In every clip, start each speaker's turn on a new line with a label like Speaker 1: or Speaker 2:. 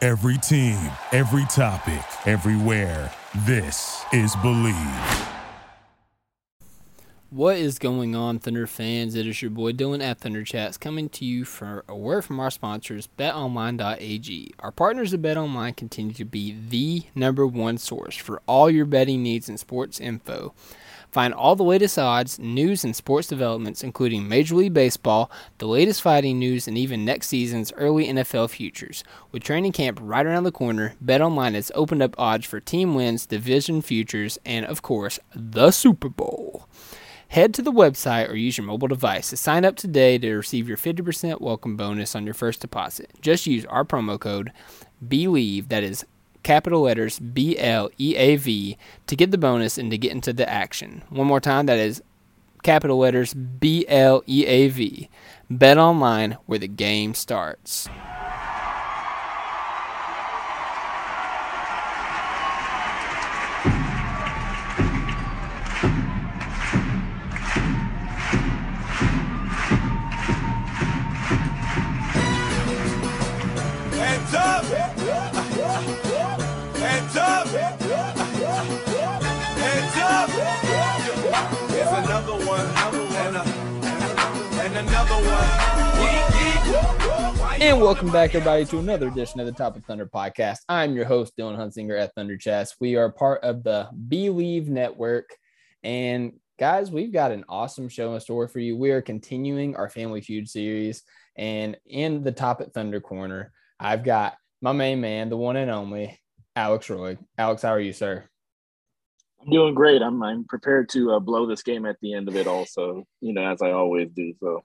Speaker 1: Every team, every topic, everywhere. This is Believe.
Speaker 2: What is going on, Thunder fans? It is your boy Dylan at Thunder Chats coming to you for a word from our sponsors, betonline.ag. Our partners at BetOnline continue to be the number one source for all your betting needs and sports info. Find all the latest odds, news, and sports developments, including Major League Baseball, the latest fighting news, and even next season's early NFL futures. With training camp right around the corner, BetOnline has opened up odds for team wins, division futures, and, of course, the Super Bowl. Head to the website or use your mobile device to sign up today to receive your 50% welcome bonus on your first deposit. Just use our promo code BELIEVE, that is capital letters B L E A V, to get the bonus and to get into the action. One more time, that is capital letters B L E A V. Bet online where the game starts.
Speaker 3: Hands up! Hands up! Hands up! Here's another one, and, a- and another one. Yeet, yeet.
Speaker 2: And welcome back, everybody, to another edition of the Top of Thunder podcast. I'm your host, Dylan Hunsinger at Thunder Chats. We are part of the Believe Network. And guys, we've got an awesome show in store for you. We are continuing our Family Feud series. And in the Top at Thunder corner, I've got my main man, the one and only Alex Roy. Alex, how are you, sir?
Speaker 4: I'm doing great. I'm I'm prepared to uh, blow this game at the end of it. Also, you know, as I always do. So,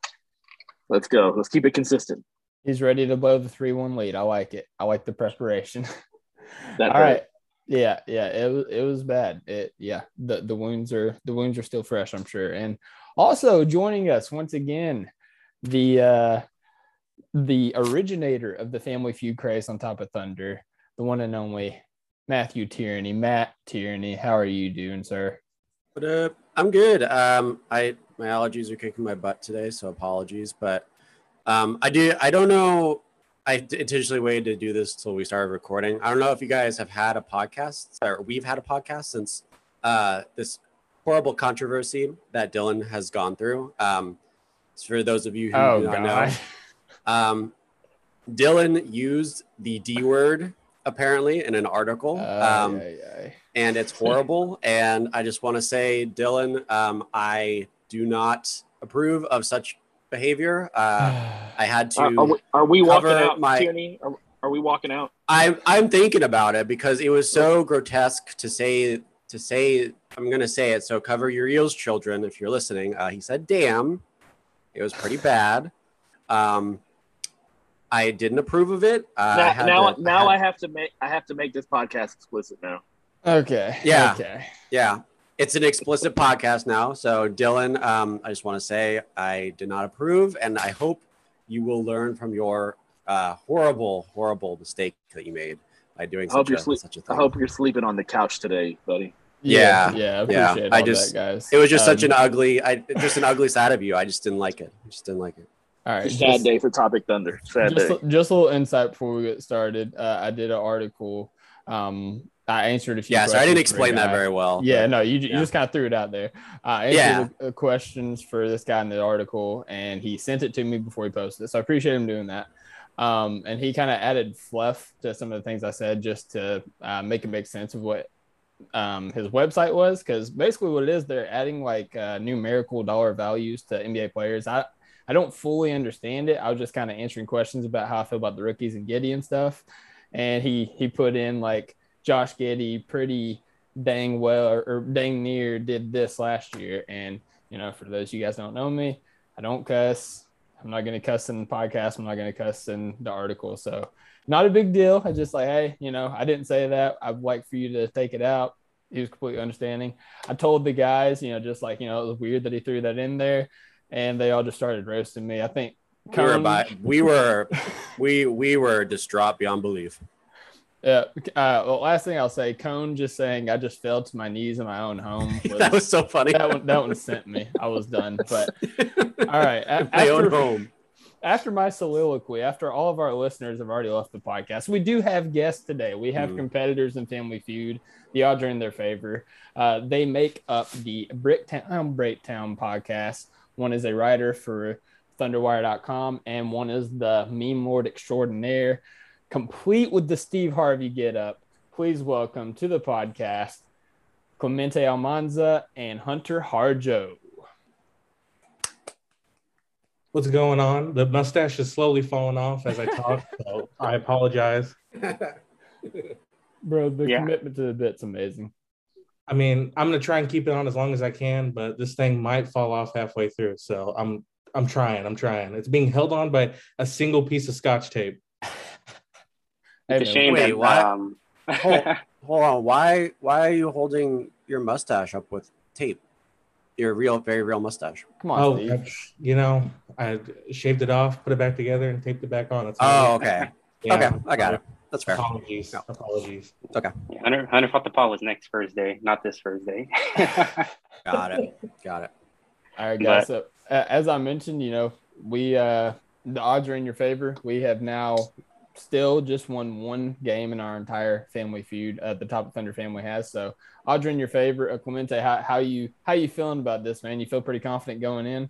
Speaker 4: let's go. Let's keep it consistent.
Speaker 2: He's ready to blow the 3 1 lead. I like it. I like the preparation.
Speaker 4: That
Speaker 2: All
Speaker 4: hurt.
Speaker 2: right. Yeah, yeah, it was it was bad. It yeah, the the wounds are the wounds are still fresh, I'm sure. And also joining us once again, the uh the originator of the family feud craze on top of Thunder, the one and only Matthew Tierney. Matt Tierney, how are you doing, sir?
Speaker 5: What up? uh, I'm good. Um, I my allergies are kicking my butt today, so apologies. But um, I do. I don't know. I d- intentionally waited to do this till we started recording. I don't know if you guys have had a podcast or we've had a podcast since uh, this horrible controversy that Dylan has gone through. Um, for those of you who
Speaker 2: Oh,
Speaker 5: do not Oh, know, um, Dylan used the D word apparently in an article.
Speaker 2: Ay,
Speaker 5: um,
Speaker 2: ay, ay.
Speaker 5: and it's
Speaker 4: Hmm.
Speaker 5: horrible. and I just want to say, Dylan, um, I do not approve of such behavior.
Speaker 4: Hmm.
Speaker 5: Uh, I had to.
Speaker 4: Are, are we, are we walking
Speaker 5: cover
Speaker 4: out,
Speaker 5: my-
Speaker 4: Tierney? Are, are we walking out?
Speaker 5: I'm I'm thinking about it because it was so grotesque to say to say I'm gonna say it. So cover your ears, children, if you're listening. Uh, he said, "Damn," it was pretty bad. Um, I didn't approve of it. Uh, I
Speaker 4: now,
Speaker 5: had
Speaker 4: now,
Speaker 5: to-
Speaker 4: now
Speaker 5: had-
Speaker 4: I have to make I have to make this podcast explicit now.
Speaker 2: okay.
Speaker 5: Yeah.
Speaker 2: Okay.
Speaker 5: Yeah, it's an explicit podcast now. So, Dylan, um, I just want to say I did not approve, and I hope you will learn from your uh, horrible, horrible mistake that you made by doing
Speaker 4: I hope
Speaker 5: such
Speaker 4: you're
Speaker 5: a,
Speaker 4: sleep-
Speaker 5: such a thing.
Speaker 4: I hope you're sleeping on the couch today, buddy.
Speaker 5: Yeah,
Speaker 2: Yeah. I
Speaker 5: yeah,
Speaker 2: appreciate
Speaker 5: I
Speaker 2: all
Speaker 5: just-
Speaker 2: that, guys.
Speaker 5: it was just such
Speaker 2: Um,
Speaker 5: an ugly, I, just an ugly side of you. I just didn't like it. I just didn't like it.
Speaker 2: all right.
Speaker 4: It's a sad
Speaker 2: just-
Speaker 4: day for Topic Thunder. Sad
Speaker 2: just,
Speaker 4: day.
Speaker 2: just a little insight before we get started. Uh, I did an article. Um, I answered a few.
Speaker 5: Yeah, so I
Speaker 2: questions
Speaker 5: didn't
Speaker 2: for a
Speaker 5: explain that
Speaker 2: guy.
Speaker 5: very well.
Speaker 2: Yeah, no, you, you
Speaker 5: yeah.
Speaker 2: just kind of threw it out there. Uh, I answered the, the questions for this guy in the article, and he sent it to me before he posted it. So I appreciate him doing that. Um, and he kind of added fluff to some of the things I said just to uh, make it make sense of what um, his website was. Because basically, what it is, they're adding like uh, numerical dollar values to NBA players. I I don't fully understand it. I was just kind of answering questions about how I feel about the rookies and Giddy and stuff. And he he put in like Josh Giddy pretty dang well or, or dang near did this last year. And you know, for those of you guys who don't know me, I don't cuss. I'm not gonna cuss in the podcast. I'm not gonna cuss in the article. So not a big deal. I just like, hey, you know, I didn't say that. I'd like for you to take it out. He was completely understanding. I told the guys, you know, just like, you know, it was weird that he threw that in there. And they all just started roasting me. I think
Speaker 5: we were,
Speaker 2: Cone-
Speaker 5: by, we were, we we were distraught beyond belief.
Speaker 2: Yeah. Uh, well, last thing I'll say, Cone just saying I just fell to my knees in my own home. Was,
Speaker 5: that was so funny.
Speaker 2: that one. That one sent me. I was done. But all right, a-
Speaker 5: my own
Speaker 2: after,
Speaker 5: home.
Speaker 2: after my soliloquy, after all of our listeners have already left the podcast, we do have guests today. We have
Speaker 4: Hmm.
Speaker 5: Mm.
Speaker 2: competitors in Family Feud. The odds are in their favor. Uh, they make up the Bricktown Breaktown podcast. One is a writer for Thunderwire.com, and one is the Meme Lord Extraordinaire, complete with the Steve Harvey get up. Please welcome to the podcast Clemente Almanza and Hunter Harjo.
Speaker 6: what's going on. The mustache is slowly falling off as I talk, so I apologize.
Speaker 2: Bro, the
Speaker 4: Yeah.
Speaker 2: commitment to the bit's amazing.
Speaker 6: I mean, I'm gonna try and keep it on as long as I can, but this thing might fall off halfway through. So I'm I'm trying, I'm trying. It's being held on by a single piece of scotch tape.
Speaker 2: Hey,
Speaker 4: It's
Speaker 2: man,
Speaker 4: a shame
Speaker 5: wait,
Speaker 4: that,
Speaker 5: what?
Speaker 4: um,
Speaker 5: Hold, hold on. Why why are you holding your mustache up with tape? Your real, very real mustache.
Speaker 2: Come on,
Speaker 6: Oh,
Speaker 2: Steve.
Speaker 6: I- you know, I shaved it off, put it back together, and taped it back on. That's all.
Speaker 5: Oh, okay.
Speaker 6: Yeah.
Speaker 5: Okay, I got it. That's fair.
Speaker 6: Apologies.
Speaker 5: No.
Speaker 6: Apologies.
Speaker 7: Hunter, Hunter fought the Paul was next Thursday, not this Thursday.
Speaker 5: Got it. Got it.
Speaker 2: All right,
Speaker 7: But-
Speaker 2: guys. So, a- as I mentioned, you know, we uh, the odds are in your favor. We have now still just won one game in our entire family feud. Uh, the Top of Thunder family has so odds are in your favor. Uh, Clemente, how, how you how you feeling about this, man? You feel pretty confident going in.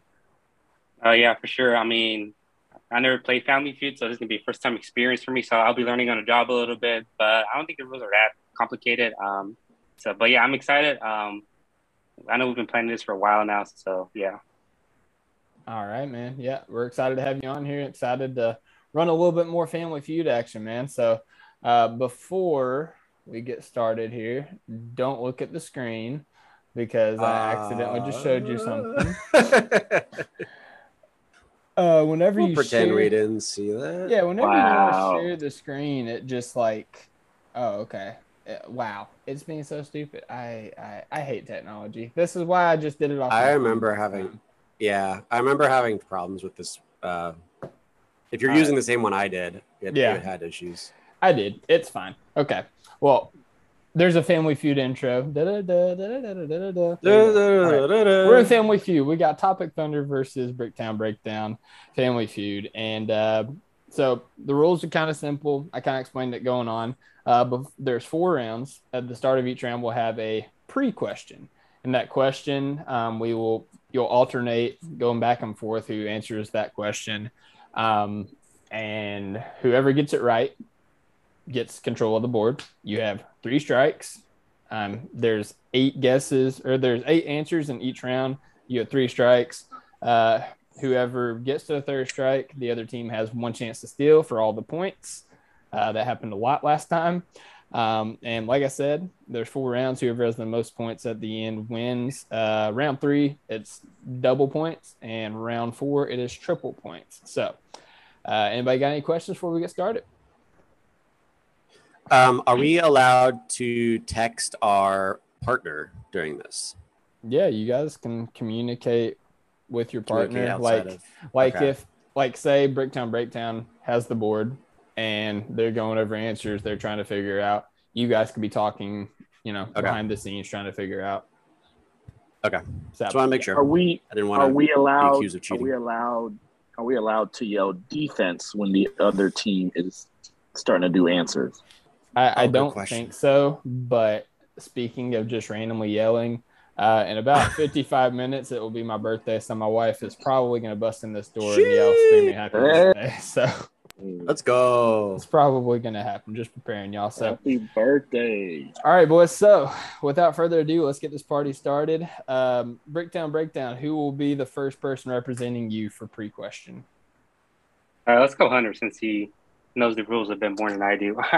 Speaker 7: Oh yeah, for sure. I mean, I never played Family Feud, so this is gonna be a first time experience for me. So I'll be learning on the job a little bit, but I don't think the rules are that complicated. Um, so, but yeah, I'm excited. Um, I know we've been planning this for a while now, so yeah.
Speaker 2: All right, man. Yeah, we're excited to have you on here. Excited to run a little bit more family feud action, man. So uh, before we get started here, don't look at the screen because I accidentally just showed you something.
Speaker 5: something.
Speaker 2: Uh, whenever
Speaker 5: we'll
Speaker 2: you
Speaker 5: pretend
Speaker 2: share,
Speaker 5: we didn't see that.
Speaker 2: yeah, whenever you
Speaker 4: Wow.
Speaker 2: want to share the screen, it just like, oh, okay, Uh, wow, it's being so stupid. I, I I hate technology. This is why I just did it off.
Speaker 5: I
Speaker 2: my
Speaker 5: remember
Speaker 2: phone.
Speaker 5: having- Yeah, I remember having problems with this. Uh, if you're
Speaker 2: All
Speaker 5: using the same one I did, it,
Speaker 2: Yeah.
Speaker 5: it had issues.
Speaker 2: I did. It's fine. Okay. Well, there's a Family Feud intro. Da-da-da, da-da-da, da-da-da. There you go. We're in Family Feud. We got Topic Thunder versus Bricktown Breakdown, Family Feud, and uh, so the rules are kind of simple. I kind of explained it going on, uh, but there's four rounds. At the start of each round, we'll have a pre-question, and that question um, we will you'll alternate going back and forth who answers that question, um, and whoever gets it right gets control of the board. You have three strikes. Um, there's eight guesses or there's eight answers in each round. You have three strikes. Uh, whoever gets to the third strike, the other team has one chance to steal for all the points. Uh, that happened a lot last time. Um, and like I said, there's four rounds. Whoever has the most points at the end wins. Uh, round three, it's double points, and round four, it is triple points. So, uh, anybody got any questions before we get started?
Speaker 5: Um, are we allowed to text our partner during this?
Speaker 2: yeah you guys can communicate with your
Speaker 5: Communicate
Speaker 2: partner like
Speaker 5: outside of-
Speaker 2: like
Speaker 5: okay.
Speaker 2: if like say breakdown breakdown has the board and they're going over answers they're trying to figure out you guys could be talking you know
Speaker 5: Okay.
Speaker 2: behind the scenes trying to figure out
Speaker 5: Okay.
Speaker 2: so
Speaker 5: just want to make sure.
Speaker 4: are we
Speaker 5: I didn't
Speaker 4: are
Speaker 5: want to.
Speaker 4: we allowed
Speaker 5: accused of
Speaker 4: are
Speaker 5: cheating.
Speaker 4: we allowed are we allowed to yell defense when the other team is starting to do answers?
Speaker 2: I, I
Speaker 5: Oh, good
Speaker 2: don't
Speaker 5: question.
Speaker 2: think so. But speaking of just randomly yelling, uh, in about 55 minutes, it will be my birthday. So my wife is probably going to bust in this door and yell screaming happy
Speaker 4: Shit.
Speaker 2: birthday. So Mm.
Speaker 5: Let's go.
Speaker 2: it's probably going to happen. Just preparing y'all. So,
Speaker 4: Happy birthday.
Speaker 2: all right, boys. So without further ado, let's get this party started. Um, breakdown, breakdown. Who will be the first person representing you for pre question?
Speaker 7: All right, let's go Hunter since he knows the rules a bit more than I do.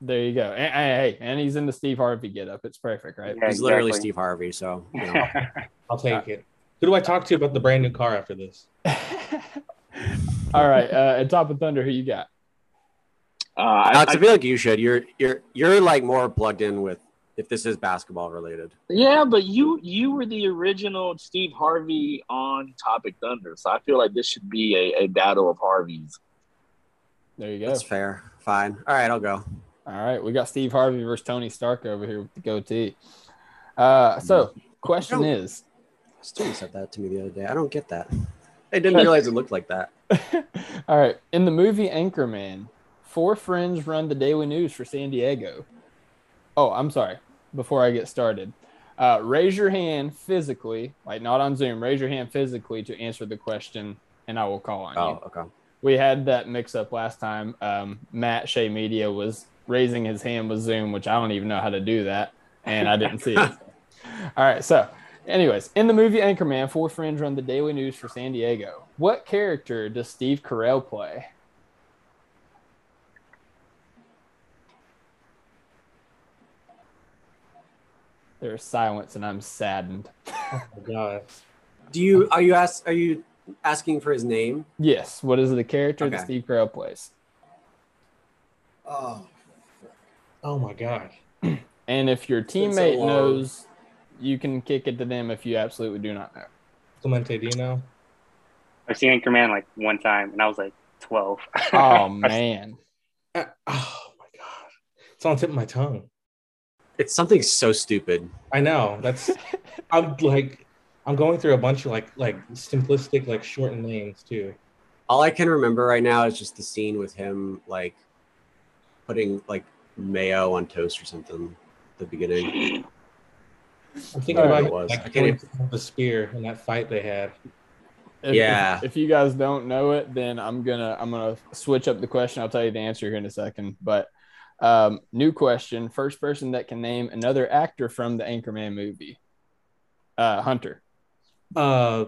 Speaker 2: There you go. And, hey, and he's in the Steve Harvey get up. It's perfect, right?
Speaker 7: Yeah,
Speaker 5: He's literally
Speaker 7: exactly.
Speaker 5: Steve Harvey, so you know.
Speaker 6: I'll take it. Who do I talk to about the brand new car after this?
Speaker 2: All right. Uh, at Top of Thunder, who you got?
Speaker 4: Uh, I,
Speaker 5: Alex, I, feel like you should. You're you're you're like more plugged in with if this is basketball related.
Speaker 4: Yeah, but you you were the original Steve Harvey on Topic Thunder, so I feel like this should be a, a battle of Harveys.
Speaker 2: There you go.
Speaker 5: That's fair. Fine. All right, I'll go.
Speaker 2: All right, we got Steve Harvey versus Tony Stark over here with the goatee. Uh, so question
Speaker 5: No.
Speaker 2: is,
Speaker 5: Student said that to me the other day. I don't get that. I didn't realize it looked like that.
Speaker 2: All right. In the movie Anchorman, four friends run the daily news for San Diego. Oh, I'm sorry. Before I get started, uh, raise your hand physically, like not on Zoom, raise your hand physically to answer the question, and I will call on you.
Speaker 5: Oh, okay.
Speaker 2: We had that mix up last time. Um, Matt Shea Media was raising his hand with Zoom, which I don't even know how to do that, and I didn't see it. All right, so, anyways, in the movie Anchorman, four friends run the Daily News for San Diego. What character does Steve Carell play? There's silence, and I'm saddened.
Speaker 6: my God.
Speaker 5: Do you are you ask are you asking for his name?
Speaker 2: Yes, what is the character that
Speaker 5: Okay.
Speaker 2: Steve Carell plays?
Speaker 5: Oh,
Speaker 6: Oh my God.
Speaker 2: And if your
Speaker 5: been so
Speaker 2: teammate
Speaker 5: long.
Speaker 2: knows, you can kick it to them if you absolutely do not know.
Speaker 6: Clemente, do you know?
Speaker 7: I've seen Anchorman like one time, and I was like twelve.
Speaker 2: Oh man.
Speaker 6: Uh, Oh my God. It's on the tip of my tongue.
Speaker 5: it's something so stupid.
Speaker 6: I know. That's I'm like I'm going through a bunch of like like simplistic like shortened names too.
Speaker 5: All I can remember right now is just the scene with him like putting like mayo on toast or something at the beginning.
Speaker 6: I'm thinking
Speaker 5: Alright.
Speaker 6: about
Speaker 5: It was.
Speaker 6: like
Speaker 5: I can't
Speaker 6: the spear and that fight they had.
Speaker 2: If,
Speaker 5: Yeah.
Speaker 2: If, if you guys don't know it, then I'm gonna I'm gonna switch up the question. I'll tell you the answer here in a second. But um, new question: First person that can name another actor from the Anchorman movie. Uh, Hunter.
Speaker 6: Uh,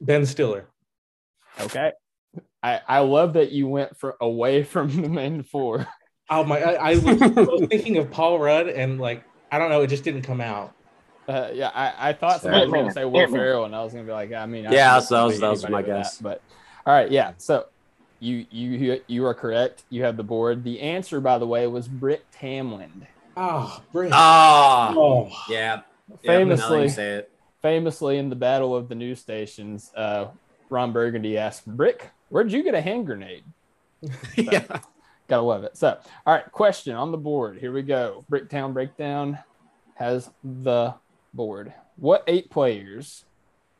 Speaker 6: Ben Stiller.
Speaker 2: Okay. I I love that you went for away from the main four.
Speaker 6: Oh my! I, I was, I was thinking of Paul Rudd and like I don't know. It just didn't come out.
Speaker 2: Uh, yeah, I, I thought somebody was
Speaker 4: Ant-Man.
Speaker 2: gonna say Will
Speaker 4: Ant-Man.
Speaker 2: Ferrell, and I was gonna be like, I mean, I
Speaker 5: Yeah,
Speaker 2: can
Speaker 5: so that was-
Speaker 2: beat
Speaker 5: that was
Speaker 2: anybody
Speaker 5: my
Speaker 2: with that,
Speaker 5: guess.
Speaker 2: but all right, yeah. So you you you- you are correct. You have the board. The answer, by the way, was Britt Tamland.
Speaker 6: Oh, Brit.
Speaker 5: Oh,
Speaker 6: oh.
Speaker 5: yeah. Yeah, now that you
Speaker 2: Famously,
Speaker 5: say it.
Speaker 2: famously in the battle of the news stations, uh, Ron Burgundy asked Brick, "Where'd you get a hand grenade?"
Speaker 5: yeah.
Speaker 2: Gotta love it. So, all right, question on the board. Here we go. Bricktown Breakdown has the board. What eight players?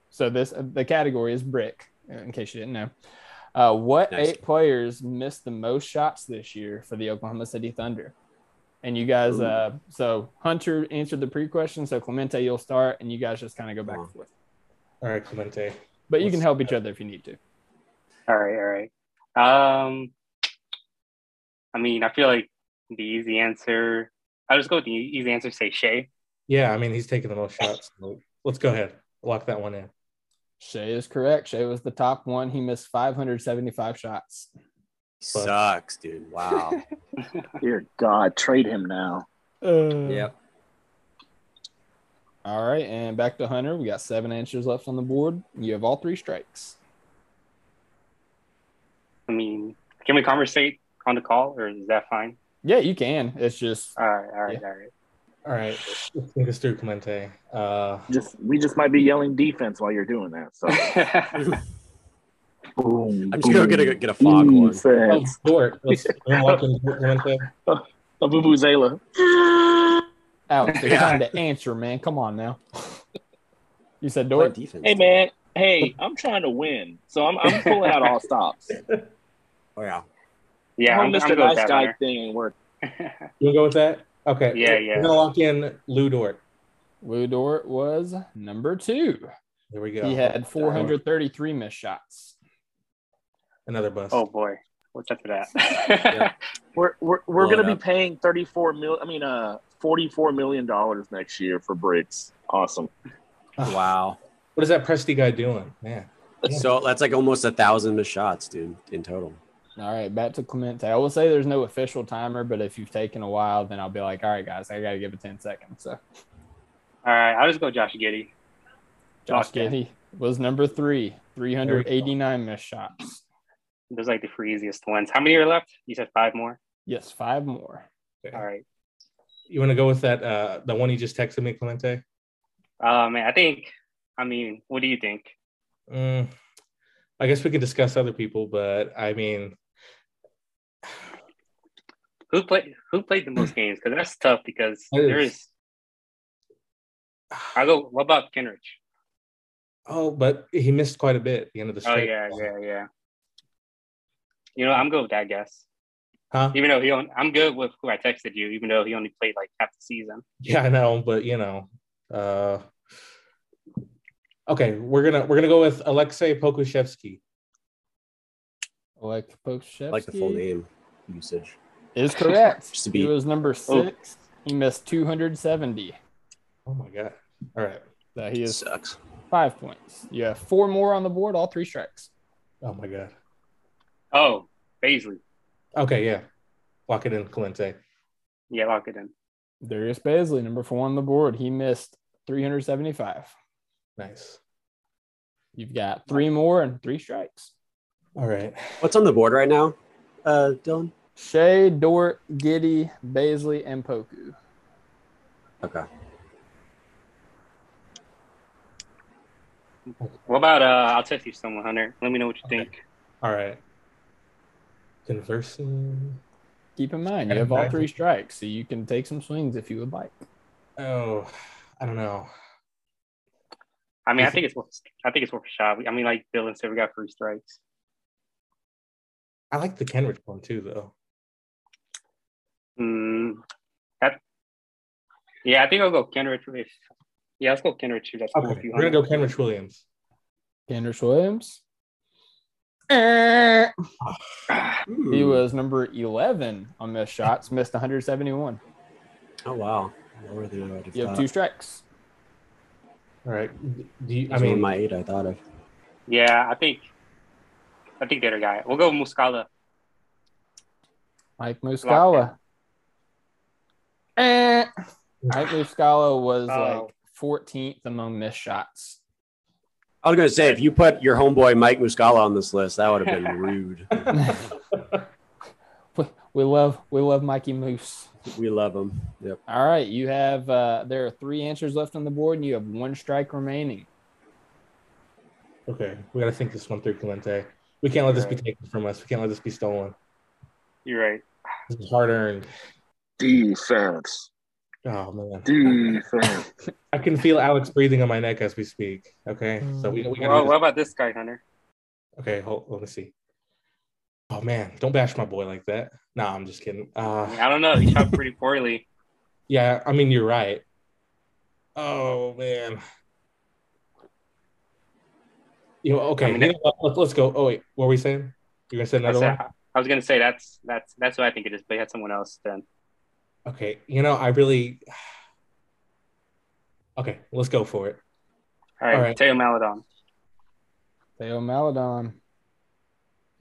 Speaker 2: So this the category is brick. In case you didn't know, uh, what
Speaker 5: Nice.
Speaker 2: eight players missed the most shots this year for the Oklahoma City Thunder? And you guys,
Speaker 5: Ooh.
Speaker 2: uh, so Hunter answered the pre-question. So Clemente, you'll start, and you guys just kind of go back and forth.
Speaker 6: All right, Clemente.
Speaker 2: But you can help each other if you need to.
Speaker 7: all right, all right. Um, I mean, I feel like the easy answer. I'll just go with the e-, easy answer. Say Shay.
Speaker 6: Yeah, I mean he's taking the most shots. so Let's go ahead. Lock that one in.
Speaker 2: Shay is correct. Shay was the top one. He missed 575 shots.
Speaker 5: Sucks, dude. Wow.
Speaker 4: Dear God, trade him now.
Speaker 5: yep.
Speaker 2: All right, and back to Hunter. We got seven answers left on the board. You have all three strikes.
Speaker 7: I mean, can we conversate on the call, or is that fine?
Speaker 2: Yeah, you can. It's just
Speaker 7: All right, all right, all right.
Speaker 6: All right, let's think this through, Clemente. Uh,
Speaker 4: Just we just might be yelling defense while you're doing that. So boom.
Speaker 5: I'm just gonna get a
Speaker 4: boom.
Speaker 5: get a fog one.
Speaker 6: oh,
Speaker 4: Defense.
Speaker 6: Dort. Let's unlock him, Clemente.
Speaker 4: A vuvuzela.
Speaker 2: out. It's
Speaker 5: Yeah.
Speaker 2: time to answer, man. Come on now. You said
Speaker 5: Play
Speaker 2: Dort.
Speaker 5: defense.
Speaker 3: Hey man, hey, I'm trying to win, so I'm I'm pulling out all stops.
Speaker 5: Oh yeah.
Speaker 7: Yeah,
Speaker 4: My
Speaker 7: I'm, I'm
Speaker 4: Mr.
Speaker 7: good with
Speaker 4: Nice
Speaker 7: that.
Speaker 4: Guy
Speaker 7: Hunter.
Speaker 4: thing ain't working.
Speaker 6: You wanna go with that? Okay.
Speaker 7: Yeah,
Speaker 6: We're
Speaker 7: yeah.
Speaker 6: gonna lock in Lou Dort.
Speaker 2: Lou Dort was number two.
Speaker 6: There we go.
Speaker 2: He had 433 missed shots.
Speaker 6: another bus.
Speaker 7: Oh boy, what's after that?
Speaker 4: We're we're, we're
Speaker 5: Blow it
Speaker 4: gonna be
Speaker 5: up.
Speaker 4: paying thirty four mil. I mean, uh, forty four million dollars next year for bricks. Awesome.
Speaker 5: Wow.
Speaker 6: What is that Presti guy doing? Man, Yeah.
Speaker 5: So that's like almost a thousand missed shots, dude, in total.
Speaker 2: All right, back to Clemente. I will say there's no official timer, but if you've taken a while, then I'll be like, all right, guys, I got to give it 10 seconds. So
Speaker 7: all right, I'll just go Josh Giddy.
Speaker 2: Josh
Speaker 7: Okay.
Speaker 2: Giddy was number three, 389 missed shots.
Speaker 7: Those are like the three easiest ones. How many are left? You said five more.
Speaker 2: Yes, five more.
Speaker 7: All right.
Speaker 6: you want to go with that? Uh, the one you just texted me, Clemente.
Speaker 7: Uh, man, I think. I mean, what do you think?
Speaker 6: Mm, I guess we could discuss other people, but I mean,
Speaker 7: Who played Who played the most games? Because that's tough. Because
Speaker 6: It is.
Speaker 7: there is. I'll go. What about Kenrich?
Speaker 6: Oh, but he missed quite a bit at the end of the
Speaker 7: Oh
Speaker 6: straight.
Speaker 7: yeah, yeah, yeah. You know, I'm good with that guess.
Speaker 6: Huh?
Speaker 7: Even though he, on, I'm good with who I texted you. Even though he only played like half the season.
Speaker 6: Yeah, I know, but you know. Uh okay, we're gonna we're gonna go with Alexei Pokushevsky.
Speaker 2: Like
Speaker 5: I
Speaker 2: Pokushevsky
Speaker 5: like the full name usage.
Speaker 2: is correct.
Speaker 5: Just to
Speaker 2: he
Speaker 5: be- Oh.
Speaker 2: was number six. He missed 270.
Speaker 6: Oh my god. All right.
Speaker 2: So he is
Speaker 5: Sucks.
Speaker 2: five points. You have four more on the board, all three strikes.
Speaker 6: Oh my god.
Speaker 7: Oh, Baisley.
Speaker 6: Okay, yeah. Lock it in, Clemente.
Speaker 7: Yeah, lock it in.
Speaker 2: Darius Baisley, number four on the board. He missed 375.
Speaker 6: Nice.
Speaker 2: You've got three more and three strikes.
Speaker 6: All right.
Speaker 5: What's on the board right now, uh, Dylan?
Speaker 2: Shea, Dort, Giddy, Baisley, and Poku.
Speaker 5: Okay.
Speaker 7: What about? Uh, I'll text you someone, Hunter. Let me know what you think.
Speaker 6: All right. Conversing.
Speaker 2: Keep in mind, you have all three strikes, so you can take some swings if you would like.
Speaker 6: Oh, I don't know.
Speaker 7: I mean, I think it's worth. I think it's worth a shot. I mean, like Dylan said, we got three strikes.
Speaker 6: I like the Kenrich one too, though.
Speaker 7: Mm, that, yeah, I think I'll go Kenrich. If, yeah, let's go Kenrich. If that's cool with
Speaker 6: Okay,
Speaker 7: you,
Speaker 6: we're gonna
Speaker 7: Hunter.
Speaker 6: go Kenrich Williams.
Speaker 2: Kendrick Williams. Eh. He
Speaker 5: Hmm.
Speaker 2: was number 11 on missed shots, missed 171.
Speaker 5: Oh wow. Lower than I would have
Speaker 2: You have
Speaker 5: thought.
Speaker 2: two strikes.
Speaker 6: All right. Do you, I
Speaker 5: I mean,
Speaker 6: mean,
Speaker 5: my eight. I thought of.
Speaker 7: Yeah, I think. I think the other guy. We'll go Muscala.
Speaker 2: Mike Muscala. Eh. Mike Muscala was
Speaker 7: Oh.
Speaker 2: like 14th among missed shots.
Speaker 5: I was gonna say if you put your homeboy Mike Muscala on this list, that would have been rude.
Speaker 2: we, we love we love Mikey Moose.
Speaker 5: We love him. Yep.
Speaker 2: All right, you have uh, there are three answers left on the board, and you have one strike remaining.
Speaker 6: okay, we gotta think this one through, Clemente. We can't let this be taken from us. We can't let this be stolen.
Speaker 7: You're right.
Speaker 6: This is hard earned.
Speaker 4: Defense.
Speaker 6: Oh man,
Speaker 4: Defense.
Speaker 6: I can feel Alex breathing on my neck as we speak. Okay, so we, we gotta.
Speaker 7: Well,
Speaker 6: do
Speaker 7: what about this guy, Hunter?
Speaker 6: this. Okay, hold. Let me see. Oh man, don't bash my boy like that. No, I'm just kidding.
Speaker 7: I, mean,
Speaker 6: Uh,
Speaker 7: I don't know. He shot pretty poorly.
Speaker 6: yeah, I mean you're right. Oh man. You know, okay.
Speaker 7: I mean,
Speaker 6: you know what, let's, let's go. Oh wait, what were we saying? You're gonna say
Speaker 7: I,
Speaker 6: another
Speaker 7: said-
Speaker 6: one?
Speaker 7: I was gonna say that's that's that's what I think it is, but he had someone else then.
Speaker 6: Okay, you know, I really. Okay, let's go for it.
Speaker 7: All right,
Speaker 6: All right.
Speaker 7: Teo Maladon.
Speaker 2: Theo Maladon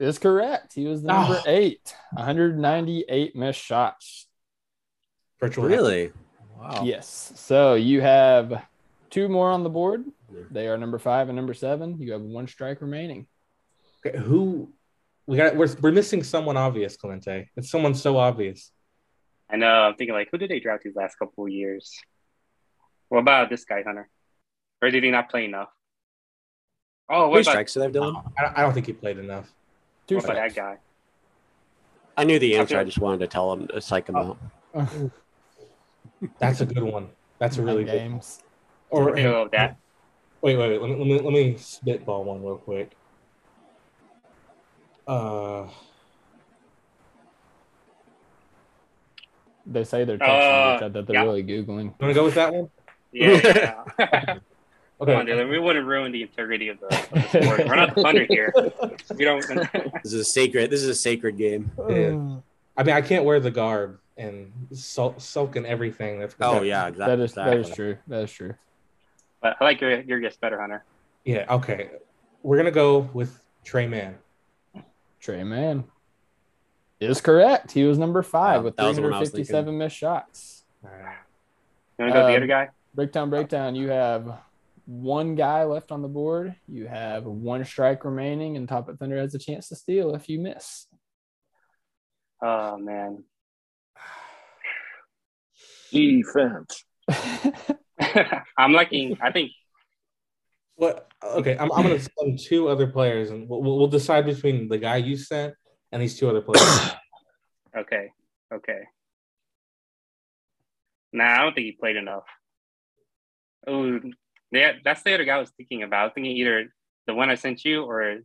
Speaker 2: is correct. He was the number
Speaker 6: Oh.
Speaker 2: eight, 198 missed shots.
Speaker 6: Virtual.
Speaker 5: Really? Wow.
Speaker 2: Yes. So you have two more on the board. They are number five and number seven. You have one strike remaining.
Speaker 6: Okay, who? We got. We're we're missing someone obvious, Clemente. It's someone so obvious.
Speaker 7: I know. I'm thinking like, who did they draft these last couple of years? What about this guy, Hunter? Or did he not play enough? Oh,
Speaker 5: What
Speaker 7: what about,
Speaker 5: strikes did I have, Dylan?
Speaker 6: I, don't- I don't think he played enough.
Speaker 2: Two
Speaker 7: what about that
Speaker 2: strikes.
Speaker 7: guy?
Speaker 5: I knew the
Speaker 7: Okay.
Speaker 5: answer. I just wanted to tell him to psych him out.
Speaker 6: That's a good one. That's a really good.
Speaker 2: games.
Speaker 6: Or
Speaker 7: Okay, well, Oh, that-
Speaker 6: Wait, wait, wait. Let me, let me let me spitball one real quick. Uh,
Speaker 2: They say they're texting
Speaker 7: Uh,
Speaker 2: each other. They're
Speaker 7: yeah.
Speaker 2: really googling.
Speaker 6: you want to go with that one?
Speaker 7: Yeah. yeah. Come on,
Speaker 6: Okay.
Speaker 7: Dylan. We wouldn't ruin the integrity of the, of the sport. We're not the thunder here. We don't.
Speaker 5: This is a sacred. This is a sacred game.
Speaker 6: Yeah. I mean, I can't wear the garb and sul- sulk and everything. That's
Speaker 5: Oh yeah, exactly.
Speaker 2: That is that is true. That is true.
Speaker 7: But I like your your guess better, Hunter.
Speaker 6: Yeah. Okay. We're gonna go with Trey Man.
Speaker 2: Trey Mann is correct. He was number five
Speaker 5: Yeah,
Speaker 2: with
Speaker 5: that was the one I was
Speaker 2: 357 missed shots.
Speaker 7: You want to go with the
Speaker 2: Um,
Speaker 7: other guy?
Speaker 2: Breakdown, breakdown. You have one guy left on the board. You have one strike remaining, and Top of Thunder has a chance to steal if you miss.
Speaker 7: Oh man.
Speaker 4: Defense.
Speaker 7: I'm liking. I think.
Speaker 6: What? Okay, I'm, I'm gonna send two other players, and we'll, we'll we'll decide between the guy you sent and these two other players.
Speaker 7: Okay. Okay. Nah, I don't think he played enough. Ooh, Yeah, that's the other guy I was thinking about. I was thinking either the one I sent you or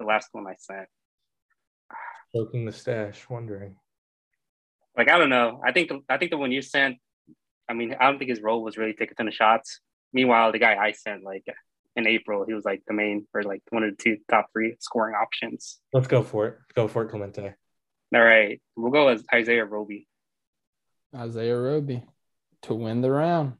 Speaker 7: the last one I sent.
Speaker 6: Poking the stash, wondering.
Speaker 7: Like I don't know. I think I think the one you sent. I mean, I don't think his role was really taking a ton of shots. Meanwhile, the guy I sent, like in April, he was like the main or like one of the two top three scoring options.
Speaker 6: Let's go for it. Go for it, Clemente.
Speaker 7: All right, we'll go with Isaiah Roby.
Speaker 2: Isaiah Roby to win the round.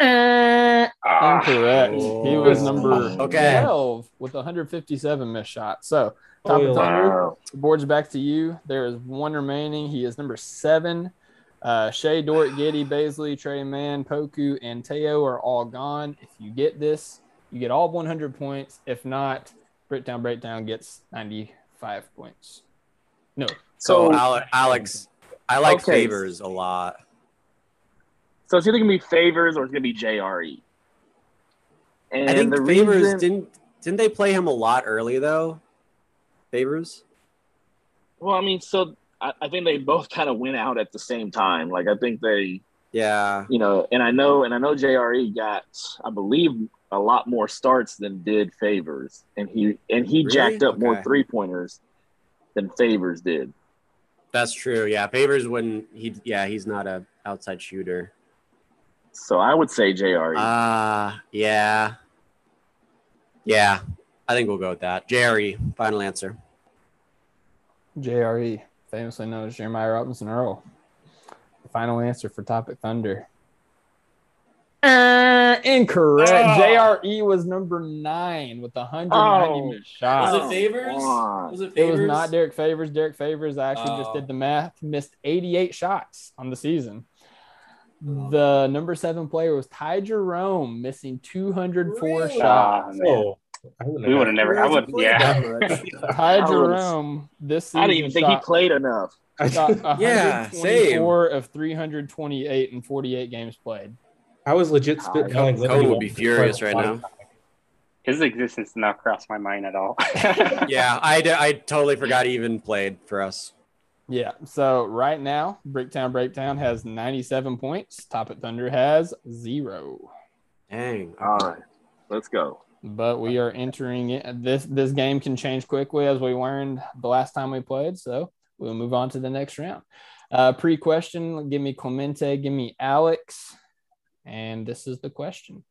Speaker 8: Uh,
Speaker 7: Ah,
Speaker 2: Incorrect. He
Speaker 6: Oh.
Speaker 2: was number
Speaker 5: Okay.
Speaker 2: 12 with 157 missed shots. So, top of
Speaker 6: Oh, yeah.
Speaker 2: top
Speaker 4: Wow.
Speaker 2: boards back to you. There is one remaining. He is number seven. Uh, Shea, Dort, Giddy, Baisley, Trey Mann, Poku, and Teo are all gone. If you get this, you get all 100 points. If not, Breakdown Breakdown gets 95 points. No,
Speaker 4: So-
Speaker 5: So Ale- Alex, I like
Speaker 4: Okay.
Speaker 5: favors a lot.
Speaker 4: So it's either gonna be favors or it's gonna be JRE. And
Speaker 5: I think
Speaker 4: the
Speaker 5: favors
Speaker 4: reason,
Speaker 5: didn't didn't they play him a lot early though? Favors.
Speaker 4: Well, I mean, so I, I think they both kind of went out at the same time. Like I think they,
Speaker 5: Yeah.
Speaker 4: you know, and I know, and I know JRE got, I believe, a lot more starts than did favors, and he and he
Speaker 5: Really?
Speaker 4: jacked up more
Speaker 5: Okay.
Speaker 4: three pointers than favors did.
Speaker 5: That's true. Yeah, favors wouldn't. He yeah, he's not a outside shooter.
Speaker 4: So I would say E. JRE.
Speaker 5: Ah, yeah, yeah. I think we'll go with that. Jerry, final answer.
Speaker 2: JRE, E, famously known as Jeremiah Robinson Earl. The final answer for Topic Thunder. Uh, incorrect.
Speaker 7: Oh.
Speaker 2: JRE was number nine with 190
Speaker 4: Oh.
Speaker 2: missed shots.
Speaker 4: Was it Favors? Was
Speaker 2: it, was not Derek Favors. Derek Favors, I actually
Speaker 4: Oh.
Speaker 2: just did the math, missed 88 shots on the season.
Speaker 4: Oh.
Speaker 2: The number seven player was Ty Jerome, missing 204 shots.
Speaker 7: ah, man.
Speaker 6: Oh, I wouldn't
Speaker 7: we would have never. I would. Yeah.
Speaker 2: Ty
Speaker 4: I would've-
Speaker 2: Jerome, this season,
Speaker 4: Ah, I didn't even think he
Speaker 2: shot-
Speaker 4: played enough.
Speaker 2: Shot
Speaker 5: Yeah, same.
Speaker 2: 124 of 328 and 48 games played.
Speaker 6: I was legit
Speaker 4: Ah,
Speaker 6: spitballing.
Speaker 5: Cody
Speaker 6: Cody
Speaker 5: would be furious right now.
Speaker 7: His existence did not cross my mind at all.
Speaker 5: yeah, I, d- I totally forgot he even played for us.
Speaker 2: Yeah. So right now, Bricktown Breakdown has 97 points. Top at Thunder has zero.
Speaker 5: Dang.
Speaker 4: All right, let's go.
Speaker 2: But we are entering it. This this game can change quickly as we learned the last time we played. So we'll move on to the next round. Uh, Pre question give me Clemente, give me Alex. And this is the question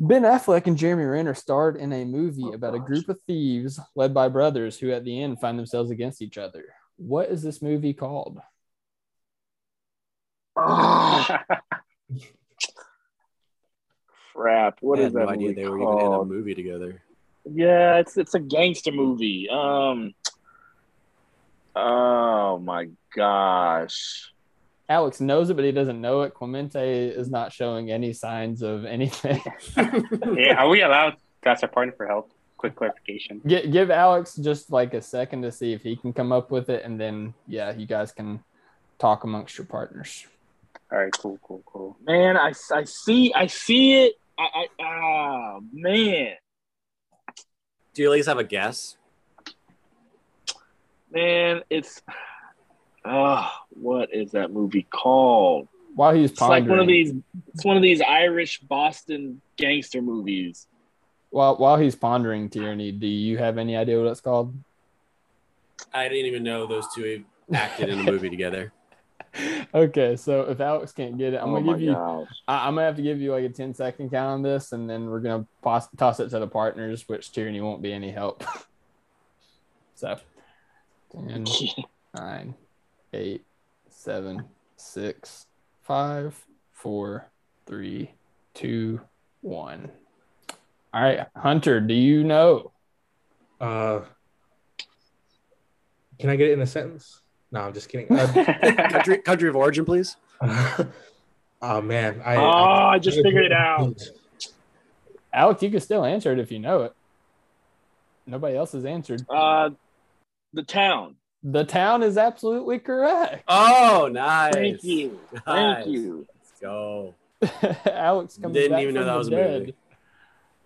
Speaker 2: Ben Affleck and Jeremy Renner starred in a movie about a group of thieves led by brothers who at the end find themselves against each other. What is this movie called?
Speaker 4: Oh crap! What
Speaker 5: I
Speaker 4: is
Speaker 5: had
Speaker 4: that
Speaker 5: no idea
Speaker 4: movie
Speaker 5: they were even in a
Speaker 4: called?
Speaker 5: movie together.
Speaker 4: Yeah, it's it's a gangster movie. Um. Oh my gosh.
Speaker 2: Alex knows it, but he doesn't know it. Clemente is not showing any signs of anything.
Speaker 7: yeah. Are we allowed to ask our partner for help? Quick clarification.
Speaker 2: Gi- give Alex just like a second to see if he can come up with it, and then yeah, you guys can talk amongst your partners.
Speaker 7: All right. Cool. Cool. Cool.
Speaker 4: Man, I, I see I see it. I, I ah man,
Speaker 5: Do you at least have a guess?
Speaker 4: man, it's oh, what is that movie called?
Speaker 2: While he's
Speaker 4: It's like one
Speaker 2: pondering,
Speaker 4: of these. It's one of these Irish Boston gangster movies.
Speaker 2: while while he's pondering, Tierney, do you have any idea what it's called?
Speaker 5: I didn't even know those two acted in a movie together.
Speaker 2: okay, so if Alex can't get it, I'm
Speaker 4: oh
Speaker 2: gonna
Speaker 4: my
Speaker 2: give you.
Speaker 4: gosh.
Speaker 2: I, I'm gonna have to give you like a 10 second count on this, and then we're gonna pos- toss it to the partners, which Tierney won't be any help. so, 10, nine, eight, seven, six, five, four, three, two, one. All right, Hunter, do you know?
Speaker 6: Uh, can I get it in a sentence? No, I'm just kidding. Uh,
Speaker 5: country, country of origin, please.
Speaker 6: oh man, I,
Speaker 4: Oh, I just figured it out.
Speaker 2: Alex, you can still answer it if you know it. Nobody else has answered.
Speaker 4: Uh, the town.
Speaker 2: The town is absolutely correct.
Speaker 5: Oh, nice.
Speaker 4: Thank you.
Speaker 5: Nice.
Speaker 4: Thank you.
Speaker 5: Let's go.
Speaker 2: Alex comes
Speaker 5: Didn't
Speaker 2: back
Speaker 5: even know
Speaker 2: from
Speaker 5: that
Speaker 2: the
Speaker 5: was a
Speaker 2: dead.
Speaker 5: movie.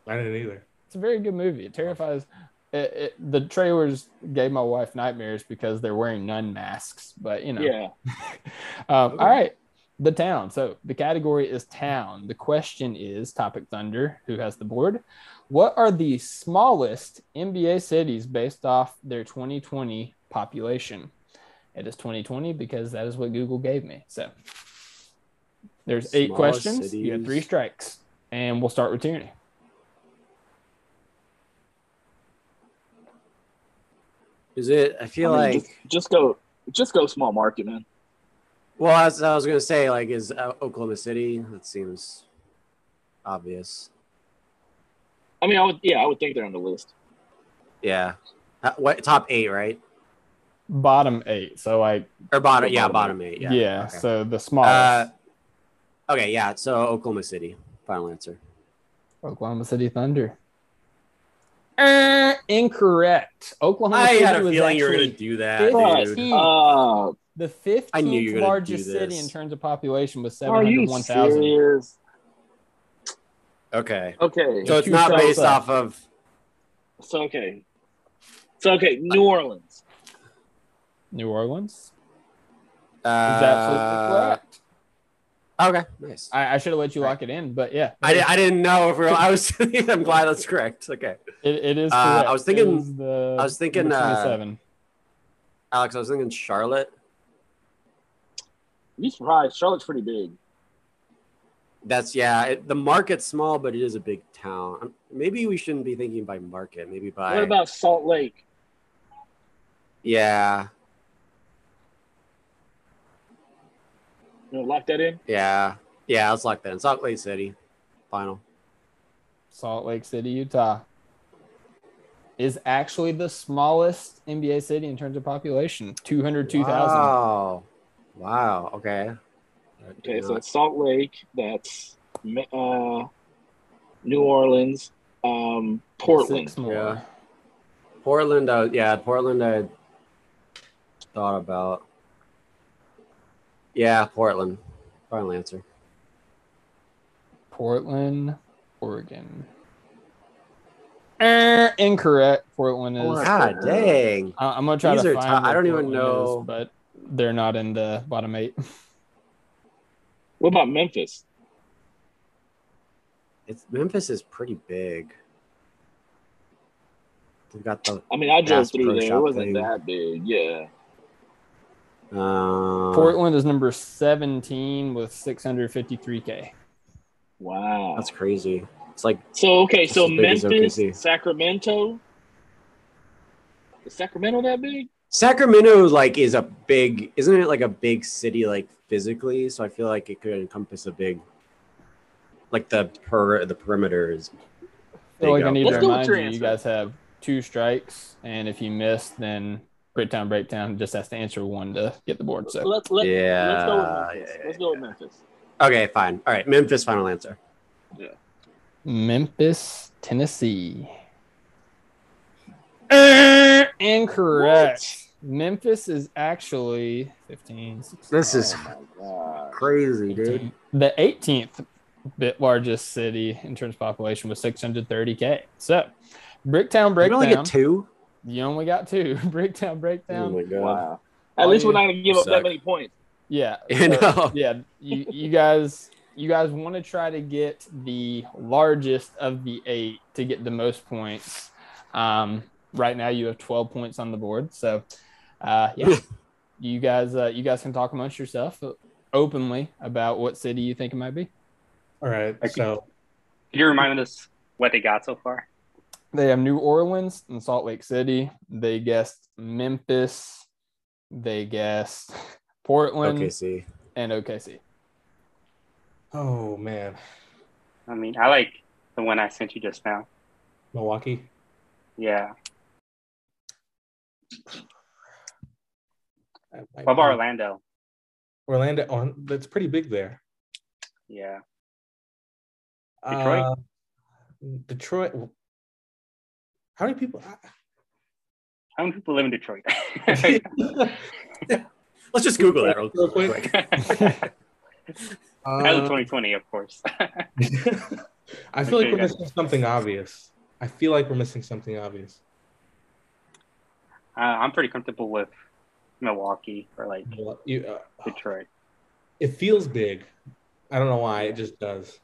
Speaker 6: I didn't either.
Speaker 2: It's a very good movie. It terrifies. It, it, the trailers gave my wife nightmares because they're wearing nun masks. But you know,
Speaker 4: Yeah.
Speaker 2: Um, All right. the town. So the category is town. The question is Topic Thunder, who has the board. What are the smallest NBA cities based off their 2020 population? It is 2020 because that is what Google gave me. So there's eight
Speaker 5: Smallest
Speaker 2: questions. You have
Speaker 5: cities.
Speaker 2: three strikes, and we'll start with Tierney.
Speaker 5: Is it? I feel
Speaker 4: I mean,
Speaker 5: like.
Speaker 4: just, just go, just go small market, man.
Speaker 5: Well, as I was gonna say, like, is uh, Oklahoma City? That seems obvious.
Speaker 4: I mean, I would, yeah, I would think they're on the list.
Speaker 5: Yeah. Uh, what top eight, right?
Speaker 2: Bottom eight. So like
Speaker 5: Or bottom? Yeah,
Speaker 4: Bottom
Speaker 5: bottom eight.
Speaker 2: yeah.
Speaker 5: Yeah. Okay.
Speaker 2: So the
Speaker 5: Uh,
Speaker 2: smallest.
Speaker 5: okay. Yeah. So Oklahoma City. Final answer. Uh,
Speaker 2: Oklahoma City Thunder. Uh, incorrect. Oklahoma
Speaker 5: I
Speaker 2: City
Speaker 5: had a
Speaker 2: was
Speaker 5: feeling you were
Speaker 2: actually
Speaker 5: gonna do that,
Speaker 2: fifth.
Speaker 5: dude.
Speaker 2: Dude.
Speaker 4: Uh,
Speaker 2: the
Speaker 5: I knew you
Speaker 2: 15th
Speaker 5: were gonna do
Speaker 2: largest city
Speaker 5: this.
Speaker 2: in terms of population with
Speaker 4: are you
Speaker 2: 701,000.
Speaker 4: serious?
Speaker 5: Okay.
Speaker 4: Okay,
Speaker 5: So
Speaker 2: Yeah,
Speaker 5: it's
Speaker 2: two
Speaker 5: not
Speaker 2: shots
Speaker 5: based
Speaker 2: up.
Speaker 5: off of.
Speaker 4: so okay, so okay, New Orleans.
Speaker 2: New Orleans is absolutely
Speaker 5: Uh,
Speaker 2: correct.
Speaker 5: okay. Nice.
Speaker 2: I, I should have let you lock it in, but yeah,
Speaker 5: I, di- I didn't know if we were, I was. I'm glad that's correct. Okay,
Speaker 2: it, it is.
Speaker 5: Uh, I
Speaker 2: correct.
Speaker 5: was thinking-
Speaker 2: It is the
Speaker 5: I was thinking,
Speaker 2: number
Speaker 5: uh,
Speaker 2: 27.
Speaker 5: Alex. I was thinking Charlotte.
Speaker 4: You surprised? Charlotte's pretty big.
Speaker 5: That's yeah. It, the market's small, but it is a big town. Um, Maybe we shouldn't be thinking by market. Maybe by
Speaker 4: What about Salt Lake?
Speaker 5: yeah,
Speaker 4: You wanna lock that in.
Speaker 5: yeah, yeah. Let's lock that in. Salt Lake City, final.
Speaker 2: Salt Lake City, Utah, is actually the smallest NBA city in terms of population, 202,000.
Speaker 5: Wow, wow. Okay. I did
Speaker 4: Okay, so
Speaker 5: not-
Speaker 4: that's Salt Lake. That's uh, New Orleans. Um, Portland.
Speaker 2: Six more.
Speaker 5: Yeah. Portland. Uh, yeah, Portland. I thought about. Yeah, Portland. Final answer.
Speaker 2: Portland, Oregon. Eh, incorrect. Portland is.
Speaker 4: Oregon.
Speaker 5: God dang.
Speaker 2: I- I'm gonna try
Speaker 5: These
Speaker 2: to
Speaker 5: are
Speaker 2: find.
Speaker 5: tough. I
Speaker 2: where
Speaker 5: don't even
Speaker 2: Portland
Speaker 5: know.
Speaker 2: but they're not in the bottom eight.
Speaker 4: What about Memphis?
Speaker 5: It's Memphis is pretty big. They've got the
Speaker 4: I mean, I drove
Speaker 5: Bass Pro
Speaker 4: through there. It
Speaker 5: Shop
Speaker 4: wasn't
Speaker 5: thing.
Speaker 4: that big. Yeah.
Speaker 5: uh,
Speaker 2: Portland is number 17 with 653k.
Speaker 4: Wow.
Speaker 5: That's crazy. It's like
Speaker 4: so okay, so
Speaker 5: as big as
Speaker 4: Memphis,
Speaker 5: OKC.
Speaker 4: Sacramento. Is Sacramento that big?
Speaker 5: Sacramento, like is a big, isn't it? Like a big city, like physically. So I feel like it could encompass a big, like the per the perimeter is.
Speaker 2: I feel
Speaker 5: There
Speaker 2: like
Speaker 5: you
Speaker 2: I
Speaker 5: go.
Speaker 2: need
Speaker 4: Let's
Speaker 2: to
Speaker 4: go
Speaker 2: remind
Speaker 4: with
Speaker 2: you,
Speaker 4: your
Speaker 2: you
Speaker 4: answer.
Speaker 2: guys have two strikes, and if you miss, then Breakdown Breakdown just has to answer one to get the board. So
Speaker 4: Let's let,
Speaker 5: Yeah,
Speaker 4: let's go with Memphis.
Speaker 5: yeah, yeah,
Speaker 4: let's go with Memphis.
Speaker 5: Okay, fine. All right, Memphis final answer.
Speaker 2: Memphis, Tennessee. Eh, incorrect. Memphis is actually 15. 16,
Speaker 5: This is
Speaker 4: Oh, Wow.
Speaker 5: crazy, dude.
Speaker 2: the 18th bit largest city in terms of population was 630k. So, Bricktown
Speaker 5: You
Speaker 2: breakdown.
Speaker 5: only get two.
Speaker 2: You only got two. Bricktown
Speaker 5: Oh
Speaker 2: breakdown.
Speaker 5: my god.
Speaker 4: Wow.
Speaker 2: Oh,
Speaker 4: At least we're
Speaker 2: yeah.
Speaker 4: not gonna give
Speaker 5: You
Speaker 4: up that
Speaker 5: suck.
Speaker 4: many points.
Speaker 2: Yeah.
Speaker 5: You
Speaker 2: so-
Speaker 5: know.
Speaker 2: Yeah. You you guys you guys want to try to get the largest of the eight to get the most points. Um, right now you have 12 points on the board. So uh yeah. you guys uh, you guys can talk amongst yourself openly about what city you think it might be.
Speaker 6: All right.
Speaker 7: I
Speaker 6: So
Speaker 7: Could you remind us what they got so far?
Speaker 2: They have New Orleans and Salt Lake City. They guessed Memphis. They guessed Portland
Speaker 5: Okay, see.
Speaker 2: and OKC.
Speaker 6: oh man,
Speaker 7: I mean, I like the one I sent you just now.
Speaker 6: Milwaukee.
Speaker 7: Yeah.
Speaker 6: I- I-
Speaker 7: What about Orlando?
Speaker 6: Orlando. On that's pretty big there.
Speaker 7: Yeah.
Speaker 6: Detroit. Uh, Detroit. How many people?
Speaker 7: How many people live in Detroit?
Speaker 5: Let's just Google that real
Speaker 6: Real quick.
Speaker 5: quick.
Speaker 7: As of
Speaker 6: Um,
Speaker 7: 2020, of course. Uh,
Speaker 6: I feel like
Speaker 7: Okay,
Speaker 6: we're
Speaker 7: guys.
Speaker 6: missing something obvious. I feel like we're missing something obvious.
Speaker 7: Uh, I'm pretty comfortable with Milwaukee or like
Speaker 6: Uh-huh. Well, You, uh,
Speaker 7: Detroit.
Speaker 6: it feels big. I don't know why it just does.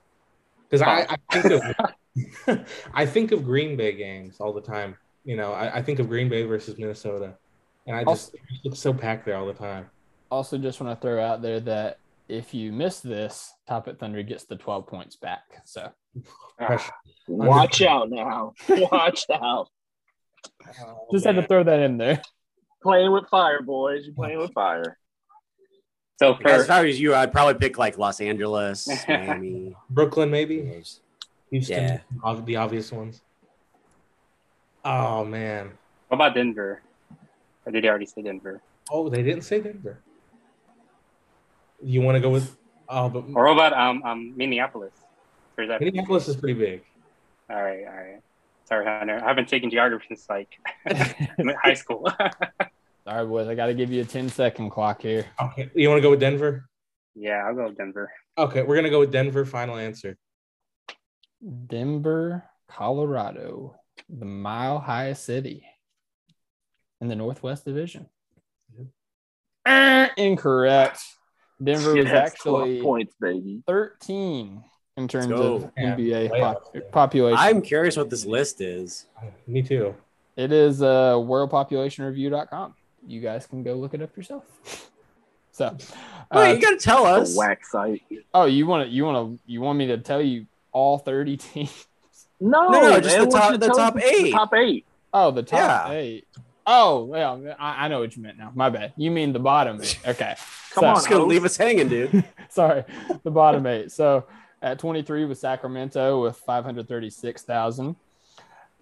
Speaker 6: Because I, I think of I think of Green Bay games all the time. You know, I, I think of Green Bay versus Minnesota, and I just it looks so packed there all the time.
Speaker 2: Also, just want to throw out there that if you miss this, Top It Thunder gets the 12 points back. So
Speaker 6: Gosh,
Speaker 7: Ah.
Speaker 4: Watch out now. Watch out.
Speaker 6: oh,
Speaker 2: just had
Speaker 6: man.
Speaker 2: to throw that in there.
Speaker 4: Playing with fire, boys. You're playing with fire.
Speaker 7: So
Speaker 5: Guys, if
Speaker 7: for
Speaker 5: I was you, I'd probably pick like Los Angeles, Miami.
Speaker 6: Brooklyn, maybe
Speaker 5: those.
Speaker 6: Houston,
Speaker 5: Yeah.
Speaker 6: ob- the obvious ones. Oh man!
Speaker 7: what about Denver? Or did they already say Denver?
Speaker 6: Oh, they didn't say Denver. You want to go with? Oh, but
Speaker 7: Or what about um, um Minneapolis? Or is that
Speaker 6: Minneapolis is pretty big.
Speaker 7: all right? All right. Sorry, Hunter. I haven't taken geography since like high school.
Speaker 2: All right, boys, I got to give you a 10 second clock here.
Speaker 6: Okay, you want to go with Denver?
Speaker 7: yeah, I'll go with Denver.
Speaker 6: Okay, we're gonna go with Denver. Final answer.
Speaker 2: Denver, Colorado, the mile high city in the Northwest Division. Eh, incorrect. Denver was
Speaker 4: Yes, 12
Speaker 2: actually
Speaker 4: points, baby.
Speaker 2: 13 in terms
Speaker 5: go.
Speaker 2: of
Speaker 6: Yeah,
Speaker 2: NBA
Speaker 6: way
Speaker 2: pop-
Speaker 6: up there.
Speaker 2: population.
Speaker 5: I'm curious what this list is.
Speaker 6: Me too.
Speaker 2: It is uh, worldpopulationreview.com. You guys can go look it up yourself. So, uh,
Speaker 5: Well, you gotta tell
Speaker 4: The
Speaker 5: us.
Speaker 4: whack site.
Speaker 2: oh, you want to you want to you want me to tell you all thirty teams?
Speaker 4: No,
Speaker 5: No, no, just
Speaker 4: Oh, man,
Speaker 5: the
Speaker 4: what's
Speaker 5: top- the
Speaker 4: tell-
Speaker 5: top eight.
Speaker 4: top eight.
Speaker 2: Oh, the top
Speaker 5: Yeah.
Speaker 2: eight. Oh, well, I, I know what you meant now. My bad. You mean the bottom eight? Okay,
Speaker 4: Come
Speaker 2: So-
Speaker 4: on,
Speaker 5: Just gonna
Speaker 4: host.
Speaker 5: leave us hanging, dude.
Speaker 2: sorry, the bottom eight. So at twenty three was Sacramento with five hundred thirty six thousand.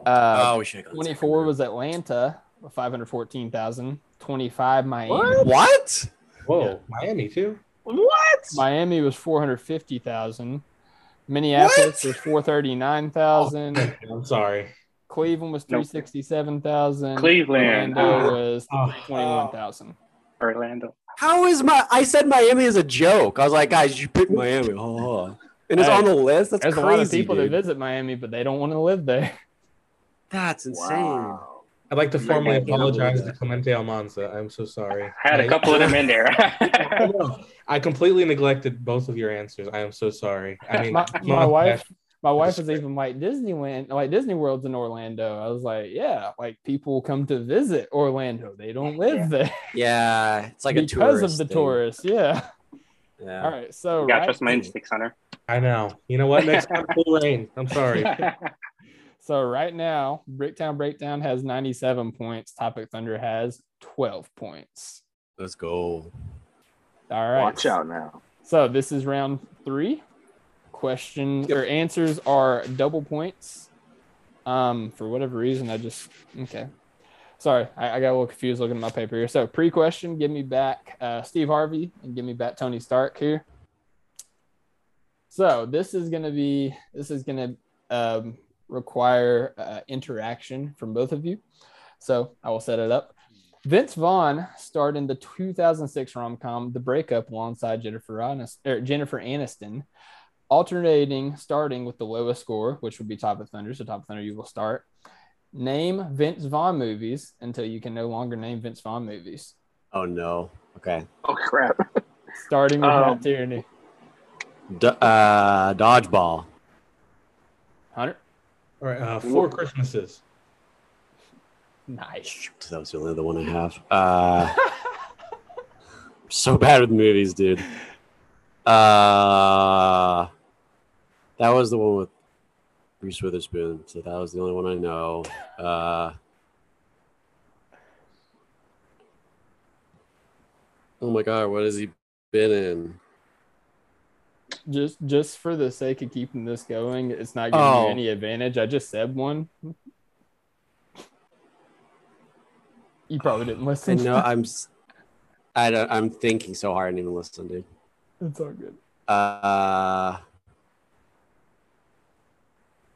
Speaker 2: Uh,
Speaker 5: oh, we should.
Speaker 2: 24 was Atlanta with 514,000. 25 Miami.
Speaker 4: What?
Speaker 5: what?
Speaker 6: Whoa,
Speaker 2: Yeah.
Speaker 6: Miami too.
Speaker 4: What?
Speaker 2: Miami was 450,000. Minneapolis was 439,000.
Speaker 6: I'm sorry.
Speaker 2: Cleveland was
Speaker 7: Nope.
Speaker 2: 367,000.
Speaker 7: Cleveland.
Speaker 2: Orlando
Speaker 7: Ah.
Speaker 2: was
Speaker 6: Oh,
Speaker 2: 21,000.
Speaker 7: Orlando.
Speaker 5: How is my? I said Miami is a joke. I was like, guys, you pick Miami, oh. and it's
Speaker 2: Hey,
Speaker 5: on the list. That's
Speaker 2: There's
Speaker 5: crazy.
Speaker 2: a lot of people
Speaker 5: dude.
Speaker 2: that visit Miami, but they don't want to live there.
Speaker 5: That's insane.
Speaker 4: Wow.
Speaker 6: I'd like to
Speaker 4: Yeah,
Speaker 6: formally
Speaker 5: I can't believe
Speaker 6: apologize to
Speaker 5: that.
Speaker 6: Clemente Almanza. I'm so sorry.
Speaker 7: I had a couple of them in there.
Speaker 6: I, know. I completely neglected both of your answers. I am so sorry. I mean,
Speaker 2: My,
Speaker 6: I'm
Speaker 2: my
Speaker 6: not-
Speaker 2: wife. My wife was even like Disneyland, like Disney World's in Orlando. I was like, yeah, like people come to visit Orlando. They don't live there
Speaker 5: Yeah, it's like
Speaker 2: because
Speaker 5: a tourist
Speaker 2: of the
Speaker 5: thing.
Speaker 2: tourists. Yeah.
Speaker 5: Yeah.
Speaker 2: All right. So
Speaker 7: You gotta
Speaker 2: right-
Speaker 7: trust my instincts, Hunter.
Speaker 6: I know. You know what? Next time, full rain. I'm sorry.
Speaker 2: So right now, Bricktown Breakdown has 97 points. Topic Thunder has 12 points.
Speaker 5: Let's go.
Speaker 2: All right.
Speaker 4: Watch out now.
Speaker 2: So this is round three. Questions or answers are double points. Um, for whatever reason, I just okay. Sorry, I, I got a little confused looking at my paper here. So pre-question, give me back uh, Steve Harvey and give me back Tony Stark here. So this is gonna be this is gonna um, require uh, interaction from both of you. So I will set it up. Vince Vaughn starred in the 2006 rom-com The Breakup alongside Jennifer Aniston, er, Jennifer Aniston, alternating starting with the lowest score, which would be Top of Thunder. So Top of Thunder, you will start. Name Vince Vaughn movies until you can no longer name Vince Vaughn movies,
Speaker 5: Oh no. Okay.
Speaker 4: Oh crap.
Speaker 2: starting with
Speaker 4: Um,
Speaker 2: Matt Tierney.
Speaker 5: D- uh, dodgeball.
Speaker 2: Hunter,
Speaker 6: All right, uh, four Christmases.
Speaker 2: nice.
Speaker 5: That was the only other one I have. Uh, so bad with movies, dude. Uh, that was the one with Reese Witherspoon. So that was the only one I know. Uh, oh my god, what has he been in?
Speaker 2: Just just for the sake of keeping this going, it's not giving
Speaker 5: Oh.
Speaker 2: you any advantage. I just said one. You probably didn't
Speaker 5: I
Speaker 2: listen.
Speaker 5: know I'm. s- I don't. I'm thinking so hard. I didn't even listen, dude.
Speaker 2: it's all good.
Speaker 5: Uh,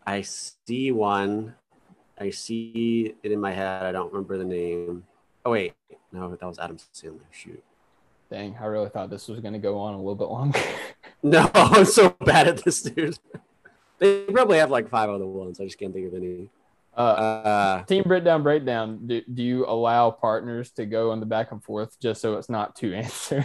Speaker 5: I see one. I see it in my head. I don't remember the name. Oh wait, no, that was Adam Sandler. Shoot.
Speaker 2: Dang, I really thought this was going to go on a little bit longer.
Speaker 5: No, I'm so bad at this, dude. They probably have like five other ones. I just can't think of any.
Speaker 2: Uh,
Speaker 5: Uh,
Speaker 2: team breakdown, breakdown. Do, do you allow partners to go on the back and forth just so it's not two answers?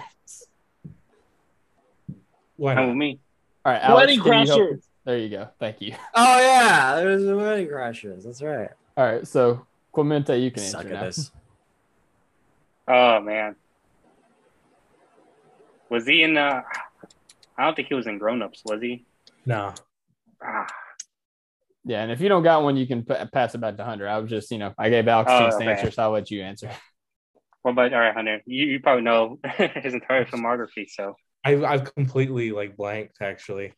Speaker 6: Why
Speaker 7: Come
Speaker 6: not?
Speaker 7: with me.
Speaker 2: All right, Alex,
Speaker 5: Wedding
Speaker 2: who do you hope-
Speaker 5: Crashers.
Speaker 2: There you go. Thank you.
Speaker 5: Oh yeah, there's the wedding crashers. That's right.
Speaker 2: All right, so Clemente, you can
Speaker 5: Suck
Speaker 2: answer
Speaker 5: at
Speaker 2: now.
Speaker 5: this.
Speaker 7: Oh man, was he in? Uh, I don't think he was in Grown Ups. Was he?
Speaker 6: No.
Speaker 7: Ah,
Speaker 2: Yeah, and if you don't got one, you can p- pass it back to Hunter. I was just, you know, I gave Alex
Speaker 7: Oh,
Speaker 2: a chance to
Speaker 7: okay.
Speaker 2: answer, so I'll let you answer.
Speaker 7: what about all right, Hunter? You, you probably know his entire filmography, so
Speaker 6: I've I've completely like blanked actually.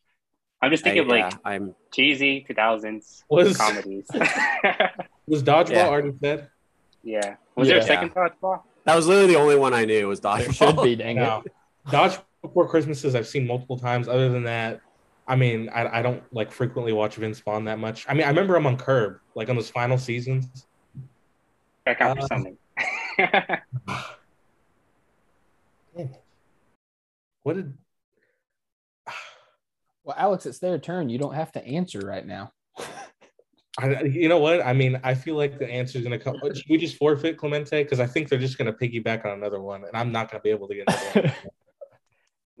Speaker 7: I'm just thinking
Speaker 5: I-
Speaker 7: of like
Speaker 5: yeah, I'm
Speaker 7: cheesy 2000s
Speaker 6: Was-
Speaker 7: comedies.
Speaker 6: Was dodgeball
Speaker 5: Yeah.
Speaker 6: already dead?
Speaker 7: yeah. Was there
Speaker 2: Yeah.
Speaker 7: a second dodgeball?
Speaker 5: that was literally the only one I knew was
Speaker 2: There should
Speaker 5: dodgeball.
Speaker 2: be, dang it.
Speaker 6: No. Dodge Before Christmases I've seen multiple times. Other than that, I mean, I, I don't like frequently watch Vince Vaughn that much. I mean, I remember him on Curb, like on those final seasons.
Speaker 7: That count for
Speaker 6: Uh,
Speaker 7: something.
Speaker 6: What did
Speaker 2: Well, Alex, it's their turn. You don't have to answer right now.
Speaker 6: I, you know what? I mean, I feel like the answer is going to come. Should we just forfeit Clemente? Because I think they're just going to piggyback on another one, and I'm not going to be able to get another one.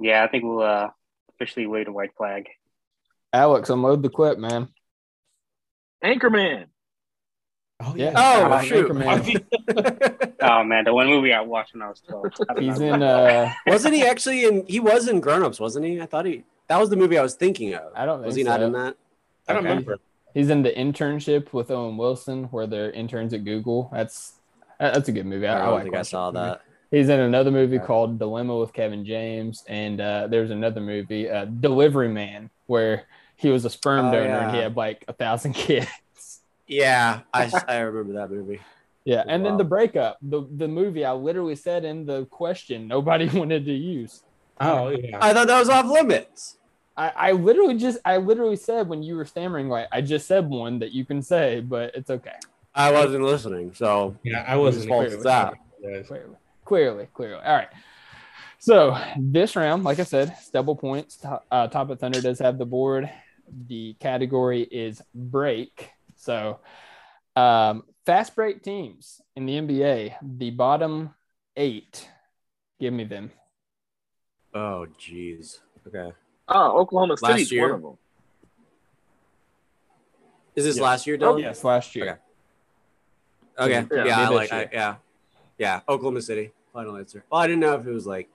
Speaker 7: yeah, I think we'll uh, officially wave the white flag.
Speaker 2: Alex, unload the clip, man.
Speaker 4: Anchorman.
Speaker 6: Oh,
Speaker 2: Yeah.
Speaker 5: Oh,
Speaker 2: Alex
Speaker 5: shoot.
Speaker 2: Anchorman.
Speaker 7: Oh man, the one movie I watched when I was 12. I don't
Speaker 2: He's
Speaker 7: know.
Speaker 2: in. uh
Speaker 5: wasn't he actually in? He was in Grown Ups, wasn't he? I thought he. That was the movie I was thinking of.
Speaker 2: I don't.
Speaker 5: Was
Speaker 2: think
Speaker 5: he not
Speaker 2: so.
Speaker 5: in that?
Speaker 6: I don't
Speaker 5: Okay.
Speaker 6: remember.
Speaker 2: He's in the internship with Owen Wilson, where they're interns at Google. That's that- that's a good movie. I,
Speaker 5: I
Speaker 2: I
Speaker 5: don't
Speaker 2: like
Speaker 5: think I
Speaker 2: watching
Speaker 5: saw
Speaker 2: movie.
Speaker 5: that.
Speaker 2: He's in another movie
Speaker 5: Yeah.
Speaker 2: called Dilemma with Kevin James, and uh, there's another movie, uh, Delivery Man, where he was a sperm
Speaker 5: Oh,
Speaker 2: donor and he
Speaker 5: yeah.
Speaker 2: had like a thousand kids.
Speaker 5: Yeah, I, I remember that movie.
Speaker 2: Yeah, and then
Speaker 5: Oh, Wow.
Speaker 2: the breakup, the the movie I literally said in the question nobody wanted to use.
Speaker 6: Oh, yeah.
Speaker 5: I thought that was off limits.
Speaker 2: I, I literally just I literally said when you were stammering like I just said one that you can say, but it's okay.
Speaker 5: I wasn't listening, so
Speaker 6: Yeah, I wasn't.
Speaker 5: fault
Speaker 6: aware
Speaker 5: is that?
Speaker 6: of that.
Speaker 2: Clearly, clearly, clearly. All right. So this round, like I said, it's double points. To- Uh, Top of Thunder does have the board. The category is break. So um, fast break teams in the NBA, the bottom eight. Give me them.
Speaker 5: oh jeez. Okay.
Speaker 4: Oh, Oklahoma
Speaker 5: Last
Speaker 4: City's
Speaker 5: year?
Speaker 4: one of them.
Speaker 5: Is this
Speaker 2: Yeah.
Speaker 5: last year, Dylan?
Speaker 2: Oh, Yes, last year.
Speaker 5: Okay. Okay.
Speaker 4: Yeah,
Speaker 2: mid
Speaker 5: Yeah, I
Speaker 2: this
Speaker 5: like. I,
Speaker 2: year.
Speaker 5: yeah, yeah. Oklahoma City. Final answer. Well, I didn't know if it was like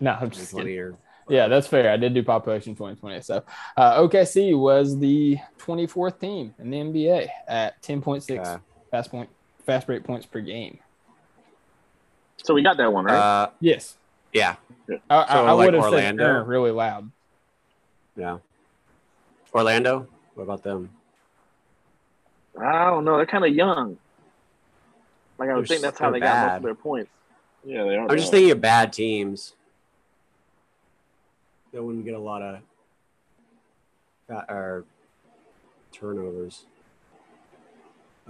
Speaker 2: No, I'm just kidding.
Speaker 5: 20 or
Speaker 2: Yeah, that's fair. I did do population 2020. So uh, OKC was the 24th team in the NBA at 10.6
Speaker 5: Okay.
Speaker 2: fast point fast break points per game.
Speaker 4: So we got that one, right?
Speaker 5: Uh,
Speaker 2: Yes.
Speaker 5: yeah,
Speaker 2: I, I-
Speaker 5: So,
Speaker 2: I
Speaker 5: like
Speaker 2: would have
Speaker 5: Orlando?
Speaker 2: said Aaron really loud.
Speaker 5: yeah. Orlando. What about them?
Speaker 4: I don't know. They're kind of young. Like I
Speaker 5: They're
Speaker 4: would think that's
Speaker 5: so
Speaker 4: how they got most
Speaker 5: bad.
Speaker 4: of their points. Yeah, they are.
Speaker 5: I'm just
Speaker 4: bad.
Speaker 5: thinking of bad teams. That wouldn't get a lot of uh, or turnovers.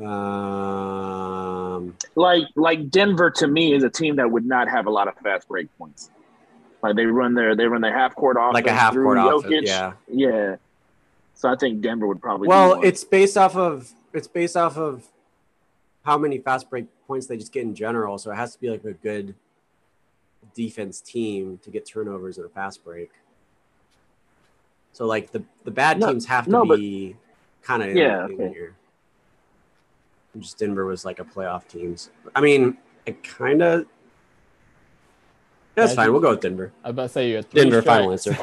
Speaker 5: Um,
Speaker 4: like like Denver to me is a team that would not have a lot of fast break points. Like they run their they run their half court offense
Speaker 5: like a half
Speaker 4: through
Speaker 5: court offense.
Speaker 4: Jokic.
Speaker 5: Yeah.
Speaker 4: yeah. So I think Denver would probably. be
Speaker 5: Well,
Speaker 4: one.
Speaker 5: it's based off of it's based off of how many fast break points they just get in general. So it has to be like a good defense team to get turnovers in a fast break. So like the the bad
Speaker 4: No-
Speaker 5: teams have to
Speaker 4: no, but-
Speaker 5: be kind of
Speaker 4: Yeah,
Speaker 5: in
Speaker 4: okay.
Speaker 5: here. Just Denver was like a playoff teams. I mean, it kind of. That's
Speaker 2: Imagine-
Speaker 5: fine. We'll go with Denver.
Speaker 2: I was about to say you had three
Speaker 5: Denver, final
Speaker 2: strikes.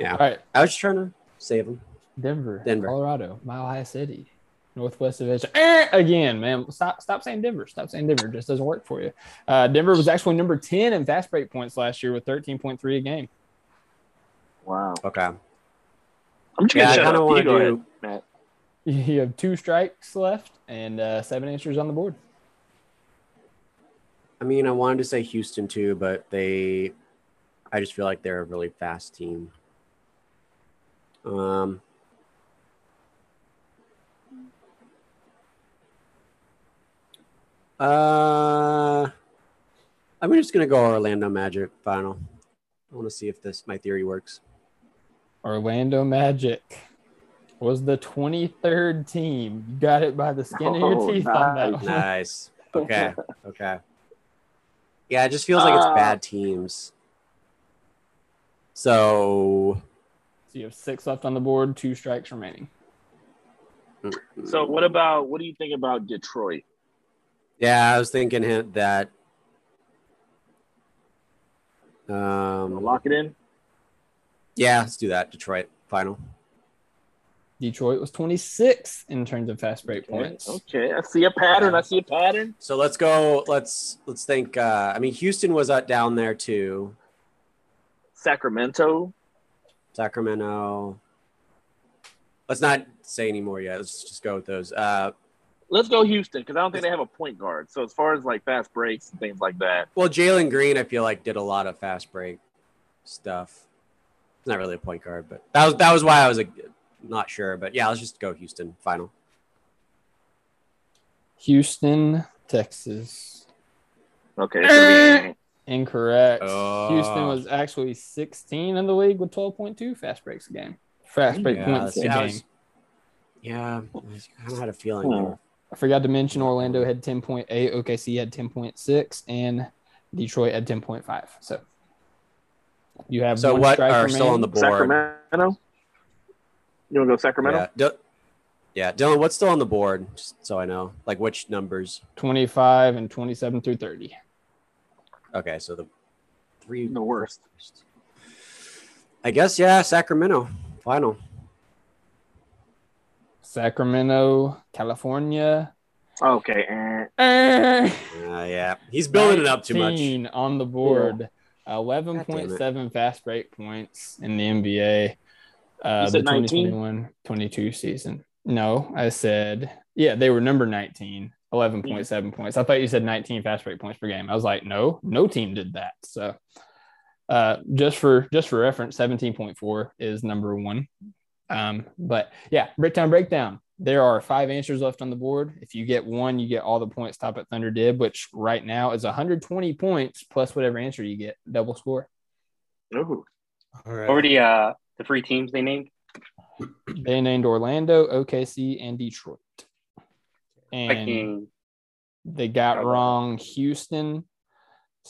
Speaker 5: Yeah.
Speaker 2: All right.
Speaker 5: I was just trying to save them.
Speaker 2: Denver,
Speaker 5: Denver.
Speaker 2: Colorado, Mile High City, Northwest Division. Eh, again, man, stop, stop saying Denver. Stop saying Denver. It just doesn't work for you. Uh, Denver was actually number 10 in fast break points last year with 13.3 a game.
Speaker 4: wow.
Speaker 5: Okay.
Speaker 4: I'm just
Speaker 5: Yeah, I
Speaker 4: gonna
Speaker 5: kind of want to
Speaker 4: go ahead.
Speaker 5: do.
Speaker 2: You have two strikes left and uh, seven answers on the board.
Speaker 5: I mean, I wanted to say Houston too, but they, I just feel like they're a really fast team. Um, uh, I'm just gonna go Orlando Magic final. I want to see if this my theory works.
Speaker 2: Orlando Magic was the 23rd team. You got it by the skin of
Speaker 4: Oh,
Speaker 2: your teeth on that
Speaker 4: nice.
Speaker 2: one.
Speaker 5: Nice. Okay. Okay. Yeah, it just feels like it's
Speaker 4: Uh,
Speaker 5: bad teams. So
Speaker 2: So you have six left on the board, two strikes remaining.
Speaker 4: So what about what do you think about Detroit?
Speaker 5: yeah, I was thinking hint that. Um,
Speaker 4: Lock it in.
Speaker 5: yeah, let's do that. Detroit final.
Speaker 2: Detroit was 26th in terms of fast break
Speaker 4: Okay.
Speaker 2: points.
Speaker 4: okay, I see a pattern. I see a pattern.
Speaker 5: So let's go. Let's let's think. Uh, I mean, Houston was uh, down there too.
Speaker 4: Sacramento.
Speaker 5: Sacramento. Let's not say any more yet. Let's just go with those. Uh,
Speaker 4: Let's go Houston because I don't think they have a point guard. So as far as like fast breaks and things like that,
Speaker 5: well, Jalen Green, I feel like did a lot of fast break stuff. It's not really a point guard, but that was that was why I was like, not sure. But yeah, let's just go Houston final.
Speaker 2: Houston, Texas.
Speaker 4: okay. it's gonna be-
Speaker 2: Incorrect.
Speaker 5: Oh.
Speaker 2: Houston was actually 16 in the league with 12.2 fast breaks a game. Fast break
Speaker 5: Yeah,
Speaker 2: points a
Speaker 5: that's- that
Speaker 2: game.
Speaker 5: was- Yeah, I kind of had a feeling.
Speaker 4: Hmm.
Speaker 5: they were-
Speaker 2: I forgot to mention Orlando had 10.8, OKC had 10.6, and Detroit had 10.5. So you have
Speaker 5: So
Speaker 2: one
Speaker 5: what
Speaker 2: strike
Speaker 5: are still on the
Speaker 2: remaining.
Speaker 5: board?
Speaker 4: Sacramento. You want to go Sacramento?
Speaker 5: Yeah, Dil- yeah, Dylan, what's still on the board? Just so I know, like which numbers?
Speaker 2: 25 and 27 through 30.
Speaker 5: Okay, so the three
Speaker 4: The worst.
Speaker 5: I guess yeah, Sacramento final.
Speaker 2: Sacramento, California.
Speaker 4: Okay. eh.
Speaker 5: Uh, yeah, he's building it up too much.
Speaker 2: 19 on the board. 11.7 fast break points in the NBA. Uh,
Speaker 4: You
Speaker 2: the
Speaker 4: said 19?
Speaker 2: 2021 22 season. No, I said, yeah, they were number 19,
Speaker 4: Mm-hmm.
Speaker 2: 11.7 points. I thought you said 19 fast break points per game. I was like, no, no team did that. So, uh, just for just for reference, 17.4 is number one. Um, but yeah, breakdown, breakdown. There are five answers left on the board. If you get one, you get all the points top at Thunder did, which right now is 120 points plus whatever answer you get, double score.
Speaker 4: Ooh.
Speaker 6: All right.
Speaker 7: What were the uh, the three teams they named?
Speaker 2: They named Orlando, OKC, and Detroit. And
Speaker 7: Fucking-
Speaker 2: they got wrong Houston,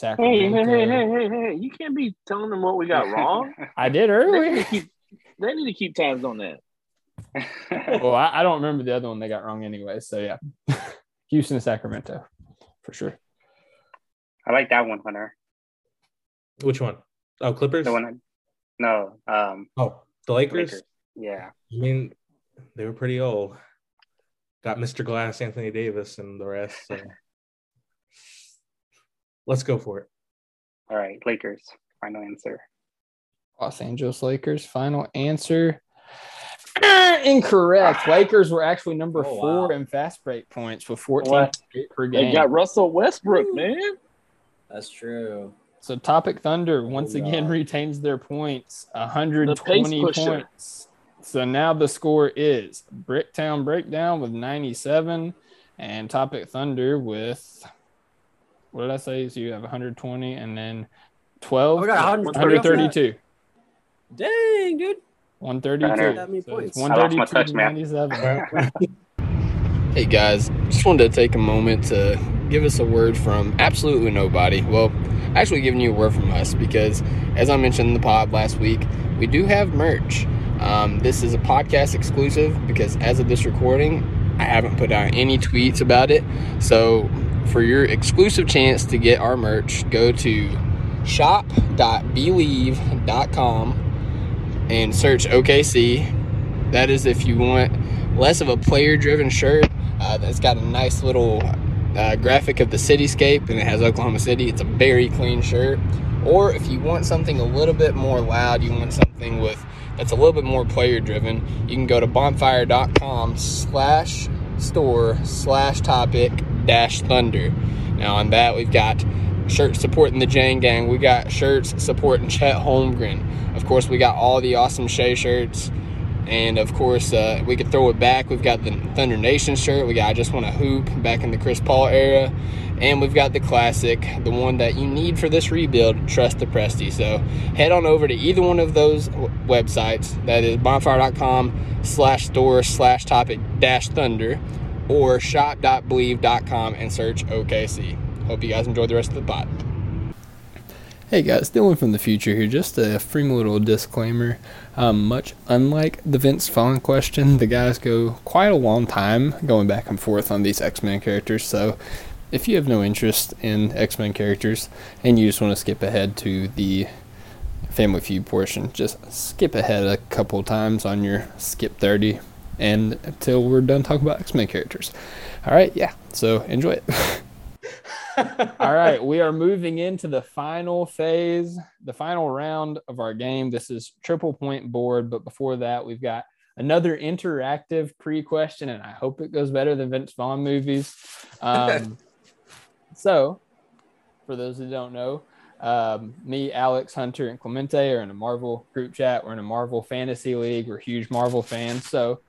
Speaker 4: Hey, hey, hey, hey,
Speaker 2: Sacramento.
Speaker 4: hey, hey! You can't be telling them what we got wrong.
Speaker 2: I did
Speaker 4: they, need
Speaker 2: earlier.
Speaker 4: to keep, they need to keep tabs on that.
Speaker 2: well, I, I don't remember the other one they got wrong anyway. So yeah, Houston, Sacramento, for sure.
Speaker 7: I like that one, Hunter.
Speaker 6: Which one? Oh, Clippers.
Speaker 7: The one. I- no. Um.
Speaker 6: Oh, the Lakers.
Speaker 7: Lakers. Yeah.
Speaker 6: I mean, they were pretty old. Got Mr. Glass, Anthony Davis, and the rest. So. Let's go for it.
Speaker 7: All right. Lakers. Final answer.
Speaker 2: Los Angeles Lakers. Final answer. Ah, Incorrect. Lakers were actually number
Speaker 5: Oh, wow.
Speaker 2: four in fast break points with 14
Speaker 4: What?
Speaker 2: straight per
Speaker 4: They
Speaker 2: game.
Speaker 4: got Russell Westbrook, man.
Speaker 5: That's true.
Speaker 2: so Topic Thunder once
Speaker 5: Oh,
Speaker 2: again
Speaker 5: God.
Speaker 2: retains their points,
Speaker 4: The
Speaker 2: 120
Speaker 4: pace pusher.
Speaker 2: points. So now the score is Bricktown Breakdown with 97 and Topic Thunder with what did I say? So you have 120 and then 12,
Speaker 5: Oh, we got 132.
Speaker 2: 132.
Speaker 5: Dang, dude. Not
Speaker 2: 132.
Speaker 5: that many
Speaker 2: So it's
Speaker 5: points.
Speaker 7: I lost my
Speaker 2: 132
Speaker 7: touch,
Speaker 2: to
Speaker 7: man.
Speaker 2: 97. Hey guys, just wanted to take a moment to give us a word from absolutely nobody. Well, actually, giving you a word from us because, as I mentioned in the pod last week, we do have merch. Um, this is a podcast exclusive because, as of this recording, I haven't put out any tweets about it. So, for your exclusive chance to get our merch, go to shop.believe.com and search OKC. That is if you want less of a player driven shirt uh, that's got a nice little uh, graphic of the cityscape and it has Oklahoma City. It's a very clean shirt. Or if you want something a little bit more loud, you want something with that's a little bit more player driven, you can go to bonfire.com slash store slash topic dash thunder. Now on that we've got shirts supporting the Jane Gang. We got shirts supporting Chet Holmgren. Of course, we got all the awesome Shea shirts. And of course, uh, we could throw it back. We've got the Thunder Nation shirt. We got I Just Want to Hoop back in the Chris Paul era. And we've got the classic, the one that you need for this rebuild, Trust the Presty. So head on over to either one of those w- websites. That is bonfire.com slash store slash topic dash thunder or shop.believe.com and search OKC. Hope you guys enjoy the rest of the pod. Hey guys, Dylan from the future here. Just a free little disclaimer. Um, much unlike the Vince Vaughn question, the guys go quite a long time going back and forth on these X Men characters. So, if you have no interest in X Men characters and you just want to skip ahead to the Family Feud portion, just skip ahead a couple times on your skip 30 and until we're done talking about X Men characters. All right, yeah, so enjoy it. All right, we are moving into the final phase, the final round of our game. This is triple point board, but before that, we've got another interactive pre question, and I hope it goes better than Vince Vaughn movies. Um, so, for those who don't know, um, me, Alex, Hunter, and Clemente are in a Marvel group chat. We're in a Marvel fantasy league. We're huge Marvel fans. So,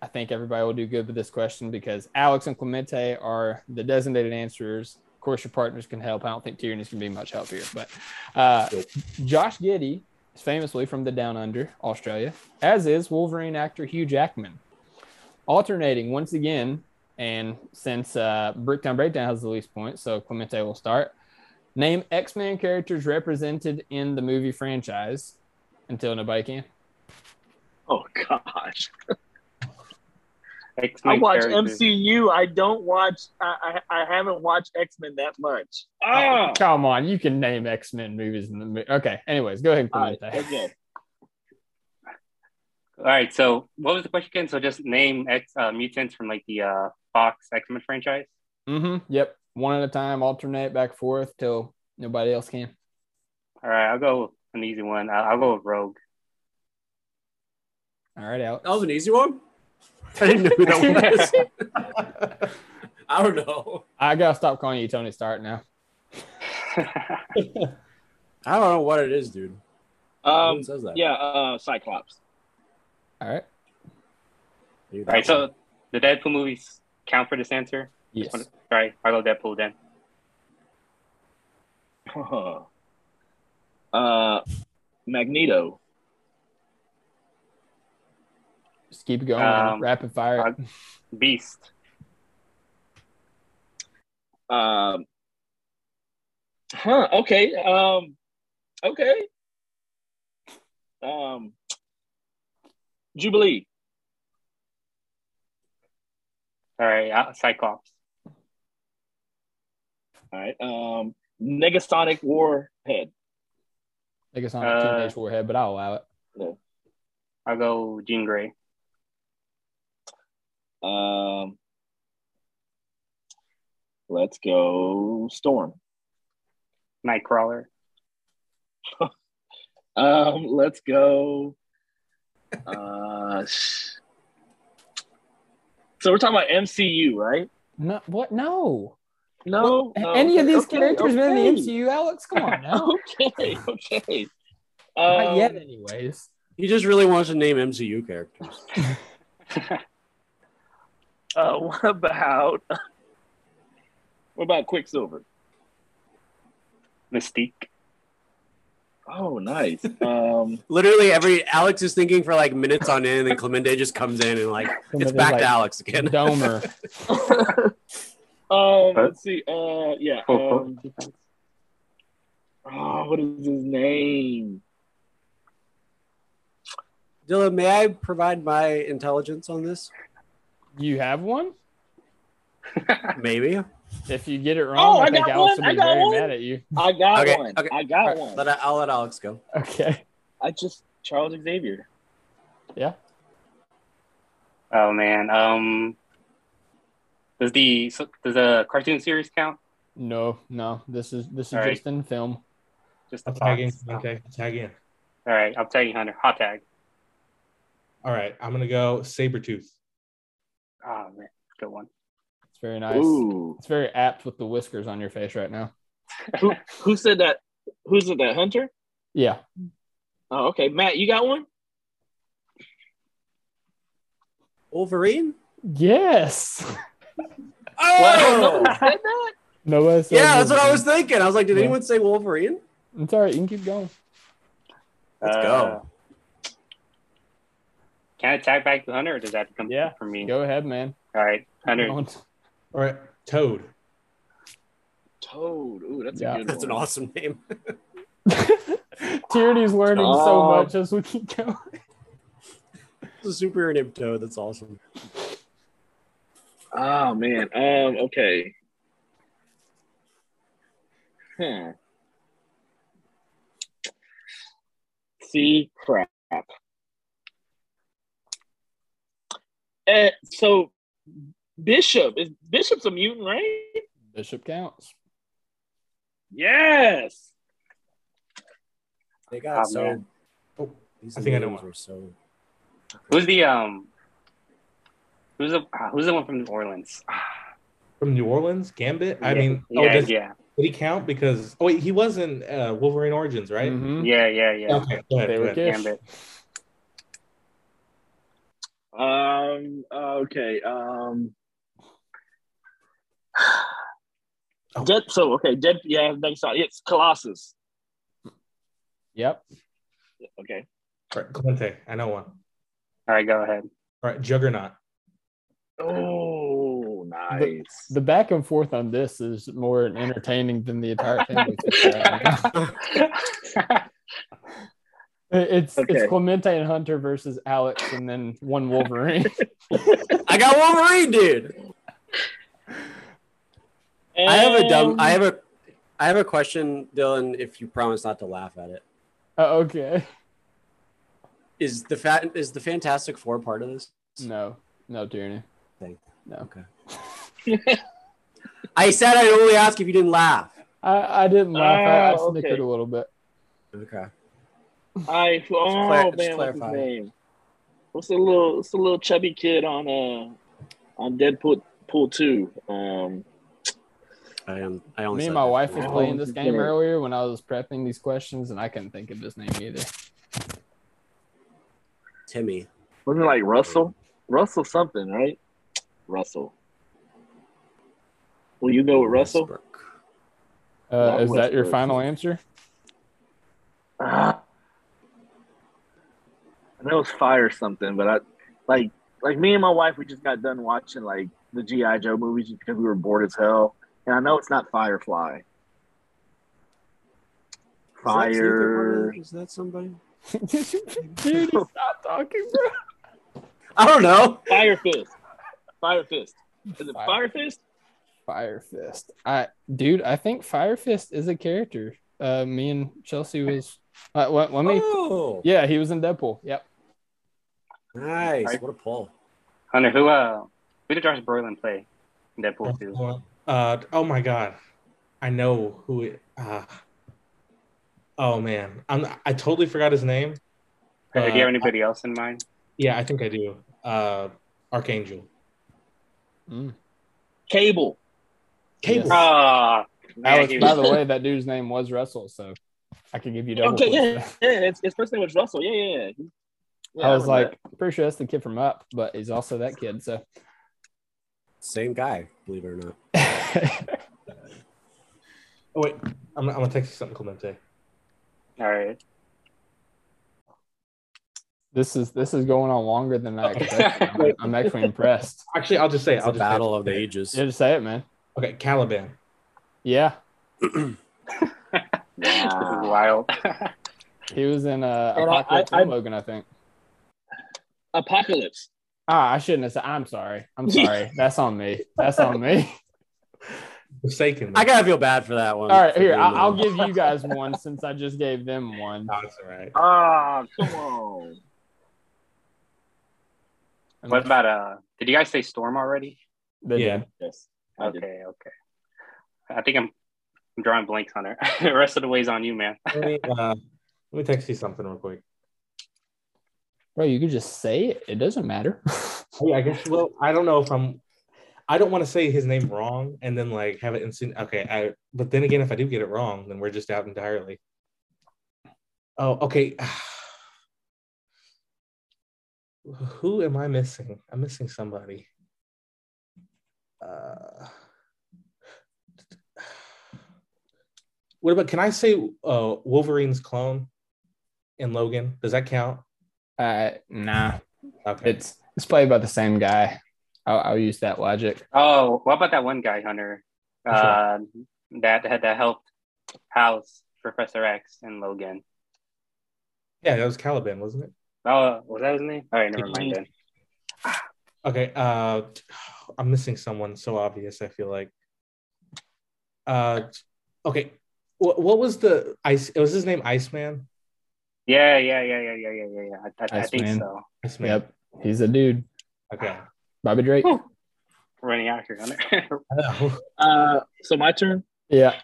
Speaker 2: I think everybody will do good with this question because Alex and Clemente are the designated answerers. Of course, your partners can help. I don't think Tierney's going to be much help here. But uh, Josh Giddy is famously from the Down Under, Australia, as is Wolverine actor Hugh Jackman. Alternating once again, and since uh, Bricktown Breakdown has the least points, so Clemente will start. Name X Men characters represented in the movie franchise until nobody can.
Speaker 4: Oh gosh,
Speaker 7: X-Men
Speaker 4: I watch
Speaker 7: characters.
Speaker 4: MCU. I don't watch. I I, I haven't watched X Men that much.
Speaker 7: Oh,
Speaker 2: Come on, you can name X Men movies in the movie. Okay, anyways, go ahead,
Speaker 4: All right,
Speaker 2: Clemente.
Speaker 4: Uh, okay.
Speaker 7: all right. So, what was the question again? So, just name X uh, mutants from like the uh, Fox X Men franchise.
Speaker 2: Mm-hmm. Yep. One at a time, alternate back forth till nobody else can.
Speaker 7: All right, I'll go with an easy one. I'll, I'll go with Rogue.
Speaker 2: All right, Alex.
Speaker 5: That was an easy one. I didn't know who that was. I don't know.
Speaker 2: I gotta stop calling you Tony Stark now.
Speaker 5: I don't know what it is, dude.
Speaker 4: Um,
Speaker 5: Who says that?
Speaker 4: yeah, uh, Cyclops.
Speaker 2: All right.
Speaker 5: Dude,
Speaker 7: all right. So, the Deadpool movies count for this answer.
Speaker 2: Yes.
Speaker 7: All right, I'll go Deadpool then.
Speaker 4: Uh, Magneto.
Speaker 2: Just keep going.
Speaker 7: Um,
Speaker 2: rapid fire.
Speaker 7: I- Beast.
Speaker 4: Um, huh. Okay. Um, okay. Um, Jubilee.
Speaker 7: All right, uh, Cyclops.
Speaker 4: All right. Um, Negasonic Warhead.
Speaker 2: I think it's not a
Speaker 7: uh,
Speaker 2: teenage warhead, but I'll allow it.
Speaker 7: I'll go Jean Grey.
Speaker 4: Um, let's go Storm.
Speaker 7: Nightcrawler.
Speaker 4: Um, let's go. Uh, sh- so we're talking about MCU, right?
Speaker 2: No. What? No.
Speaker 4: No, no,
Speaker 2: Any of
Speaker 4: Oh, okay,
Speaker 2: these
Speaker 4: okay,
Speaker 2: characters been in the
Speaker 4: okay.
Speaker 2: MCU, Alex? Come on now.
Speaker 4: Okay, okay.
Speaker 2: Not
Speaker 4: Um,
Speaker 2: yet, anyways.
Speaker 5: he just really wants to name MCU characters.
Speaker 4: Uh, what about what about Quicksilver?
Speaker 7: Mystique.
Speaker 4: Oh, nice. Um,
Speaker 5: Literally every Alex is thinking for like minutes on end, and then Clemente just comes in and like it's
Speaker 2: Clemente's
Speaker 5: back
Speaker 2: like,
Speaker 5: to Alex again.
Speaker 2: Domer.
Speaker 4: um, let's see. Uh, yeah.
Speaker 7: Oh,
Speaker 4: Um, oh, what is his name?
Speaker 5: Dylan, may I provide my intelligence on this?
Speaker 2: You have one?
Speaker 5: Maybe.
Speaker 2: If you get it wrong,
Speaker 4: Oh,
Speaker 2: I,
Speaker 4: I
Speaker 2: think
Speaker 4: got
Speaker 2: Alex
Speaker 4: one,
Speaker 2: will
Speaker 4: I
Speaker 2: be
Speaker 4: got
Speaker 2: very
Speaker 4: one.
Speaker 2: mad at you.
Speaker 4: I got
Speaker 5: Okay,
Speaker 4: one.
Speaker 5: okay.
Speaker 4: I got one.
Speaker 5: Let I, I'll let Alex go.
Speaker 2: Okay.
Speaker 4: I just Charles Xavier.
Speaker 2: Yeah.
Speaker 7: Oh man. Um. Does the so, does the cartoon series count?
Speaker 2: No, no. This is this is
Speaker 7: All right.
Speaker 2: just in film.
Speaker 7: Just the
Speaker 6: I'll tag in.
Speaker 7: Fox.
Speaker 6: Okay, tag in.
Speaker 7: All right, I'll tag you, Hunter. Hot tag.
Speaker 6: All right, I'm gonna go Sabretooth.
Speaker 7: Oh man, good one.
Speaker 2: It's very nice.
Speaker 4: Ooh.
Speaker 2: It's very apt with the whiskers on your face right now.
Speaker 4: Who, who said that? Who said that? Hunter.
Speaker 2: Yeah.
Speaker 4: Oh, okay. Matt, you got one.
Speaker 5: Wolverine?
Speaker 2: Yes.
Speaker 4: Well, no, said that?
Speaker 2: Nobody said
Speaker 5: Oh! yeah, that's what I was
Speaker 2: anything.
Speaker 5: thinking. I was like, did
Speaker 2: Yeah.
Speaker 5: anyone say Wolverine?
Speaker 2: It's all right. You can keep going.
Speaker 5: Let's
Speaker 7: Uh,
Speaker 5: go.
Speaker 7: Can I tag back to Hunter, or does that come
Speaker 2: Yeah.
Speaker 7: for me?
Speaker 2: Go ahead, man.
Speaker 7: All right, Hunter.
Speaker 2: Don't-
Speaker 6: All right, Toad.
Speaker 4: Toad. Ooh, that's
Speaker 2: Yeah.
Speaker 4: a good
Speaker 7: Uh,
Speaker 5: That's an
Speaker 4: one.
Speaker 5: awesome name.
Speaker 2: Tierney's learning so
Speaker 4: Oh.
Speaker 2: much as we keep going.
Speaker 5: It's a super named Toad. That's awesome.
Speaker 4: Oh man. Um. Okay. Hmm. See crap. Eh, so Bishop is Bishop's a mutant, right?
Speaker 9: Bishop counts.
Speaker 4: Yes.
Speaker 5: They got
Speaker 7: Oh,
Speaker 5: so.
Speaker 7: man.
Speaker 6: Oh,
Speaker 5: these
Speaker 6: I think I know
Speaker 5: names
Speaker 6: one.
Speaker 5: were so.
Speaker 7: Who's the um? Who's the ah, Who's the one from New Orleans? Ah,
Speaker 6: From New Orleans, Gambit. I
Speaker 7: yeah,
Speaker 6: mean,
Speaker 7: yeah,
Speaker 6: oh, does,
Speaker 7: yeah,
Speaker 6: did he count? Because oh wait, he was in uh, Wolverine Origins, right?
Speaker 2: Mhm.
Speaker 7: yeah, yeah, yeah.
Speaker 6: Okay, go ahead.
Speaker 2: They
Speaker 6: Go
Speaker 2: were
Speaker 6: ahead.
Speaker 2: Gish.
Speaker 7: Gambit.
Speaker 4: Um. Okay. Um.
Speaker 6: Oh.
Speaker 4: Dead, so okay, dead. Yeah, next time it's Colossus.
Speaker 2: Yep.
Speaker 4: Okay,
Speaker 6: All right, Clemente, I know one. All
Speaker 7: All right, go ahead.
Speaker 6: right, Juggernaut.
Speaker 4: Oh, nice.
Speaker 2: The back and forth on this is more entertaining than the entire family. picture right now. It- It's it's
Speaker 4: Okay.
Speaker 2: Clemente and Hunter versus Alex, and then one Wolverine.
Speaker 5: I got Wolverine, dude. I have a dumb. I have a. I have a question, Dylan. If you promise not to laugh at it,
Speaker 2: Uh, okay.
Speaker 5: is the fat is the Fantastic Four part of this?
Speaker 2: No, no, Tierney.
Speaker 5: I said I'd only ask if you didn't laugh.
Speaker 2: I, I didn't laugh. I, I
Speaker 4: Oh,
Speaker 2: snickered
Speaker 4: okay.
Speaker 2: a little bit.
Speaker 5: Okay.
Speaker 4: I oh
Speaker 5: clar-
Speaker 4: man,
Speaker 5: just
Speaker 4: what's his
Speaker 5: clarify.
Speaker 4: name? What's the little? What's the little chubby kid on uh on Deadpool Pool Two? Um,
Speaker 5: I am. I only.
Speaker 2: Me
Speaker 5: said
Speaker 2: and my
Speaker 5: that.
Speaker 2: wife was
Speaker 4: Oh,
Speaker 2: playing this
Speaker 4: okay.
Speaker 2: game earlier when I was prepping these questions, and I couldn't think of his name either.
Speaker 5: Timmy.
Speaker 4: wasn't it like Russell? Russell something, right? Russell. Will you go with Russell?
Speaker 5: Westbrook.
Speaker 2: Uh,
Speaker 4: That
Speaker 2: is that
Speaker 4: was
Speaker 2: your
Speaker 4: good.
Speaker 2: final answer?
Speaker 4: Ah. I know it's fire something, but I like like me and my wife we just got done watching like the GI Joe movies just because we were bored as hell, and I know it's not Firefly.
Speaker 5: Is that either
Speaker 4: Fire.
Speaker 5: one of- Is that somebody?
Speaker 2: Dude, stop talking, bro.
Speaker 5: I don't know.
Speaker 4: Fire Fist. Fire Fist. Is it
Speaker 2: Fire-
Speaker 4: Fire Fist?
Speaker 2: Fire Fist. I, dude, I think Fire Fist is a character. Uh, me and Chelsea was. Uh, let, let me.
Speaker 5: Oh,
Speaker 2: Yeah, he was in Deadpool. Yep.
Speaker 5: nice. What a pull.
Speaker 7: Hunter, who uh, who did Josh Brolin play in Deadpool too?
Speaker 6: Uh, oh my god, I know who it. Uh, oh man, I'm, I totally forgot his name.
Speaker 7: Hunter, do
Speaker 6: Uh,
Speaker 7: you have anybody else in mind?
Speaker 6: Yeah, I think I do. Uh, Archangel.
Speaker 2: Mm.
Speaker 4: Cable.
Speaker 2: Yes.
Speaker 6: Cable.
Speaker 7: Ah, man,
Speaker 2: Alex,
Speaker 7: he
Speaker 2: by
Speaker 7: was-
Speaker 2: the way, that dude's name was Russell, so I could give you double.
Speaker 4: Okay,
Speaker 2: points.
Speaker 4: yeah, yeah. His, his first name was Russell. Yeah, yeah. yeah. yeah
Speaker 2: I was
Speaker 4: remember
Speaker 2: like, pretty sure that's the kid from Up, but he's also that kid. So,
Speaker 5: Same guy, believe it or not.
Speaker 6: Oh, wait, I'm, I'm gonna text you something, Clemente.
Speaker 7: All right.
Speaker 2: this is this is going on longer than I expected. I'm, I'm actually impressed.
Speaker 6: Actually, I'll just say
Speaker 5: It's
Speaker 6: I'll
Speaker 5: a
Speaker 6: just
Speaker 5: battle
Speaker 6: say,
Speaker 5: of the ages.
Speaker 2: Yeah, just say it, man.
Speaker 6: Okay, Caliban.
Speaker 2: Yeah,
Speaker 4: that.
Speaker 7: This
Speaker 2: "Ah."
Speaker 7: is
Speaker 4: Wow.
Speaker 7: wild.
Speaker 2: he was in uh,
Speaker 4: And I-
Speaker 2: Apocalypse
Speaker 4: I- I-
Speaker 2: and Logan, I think.
Speaker 4: Apocalypse.
Speaker 2: Ah, I shouldn't have said. I'm sorry. I'm sorry. That's on me. That's on me.
Speaker 6: Forsaken.
Speaker 5: I gotta feel bad for that one. uh,
Speaker 2: All right,
Speaker 5: For
Speaker 2: here
Speaker 5: doing
Speaker 2: I'll, I'll
Speaker 5: that.
Speaker 2: give you guys one since I just gave them one.
Speaker 6: No, it's all right.
Speaker 4: Ah, come on.
Speaker 7: What about uh? Did you guys say Storm already?
Speaker 2: They did.
Speaker 6: Yeah.
Speaker 4: Yes. I did.
Speaker 7: Okay, okay. I think I'm, I'm drawing blanks on her. the rest of the way's on you, man.
Speaker 6: Let me, uh, let me text you something real quick.
Speaker 2: bro? You could just say it. It doesn't matter.
Speaker 6: Oh, Yeah, I guess. Well, I don't know if I'm. I don't want to say his name wrong and then like have it instant. Okay, I. But then again, if I do get it wrong, then we're just out entirely. Oh, okay. Who am I missing? I'm missing somebody. Uh, what about? Can I say uh, Wolverine's clone in Logan? Does that count?
Speaker 2: uh, nah.
Speaker 6: Okay.
Speaker 2: It's it's played by the same guy. I'll, I'll use that logic.
Speaker 7: Um, Oh, what about that one guy, Hunter? Uh, that had that helped House Professor X and Logan.
Speaker 6: Yeah, that was Caliban, wasn't it?
Speaker 7: Oh, was that his name? All right, never mind then.
Speaker 6: Okay, uh I'm missing someone so obvious, I feel like. Uh okay. What, what was the ice was his name Iceman?
Speaker 7: Yeah, yeah, yeah, yeah, yeah, yeah, yeah. yeah. I, I, I think
Speaker 2: Iceman.
Speaker 7: so.
Speaker 6: Iceman.
Speaker 2: Yep, he's a dude.
Speaker 6: Okay.
Speaker 2: Bobby Drake.
Speaker 7: Running out here on it.
Speaker 6: I know.
Speaker 4: Uh, so my turn.
Speaker 2: Yeah.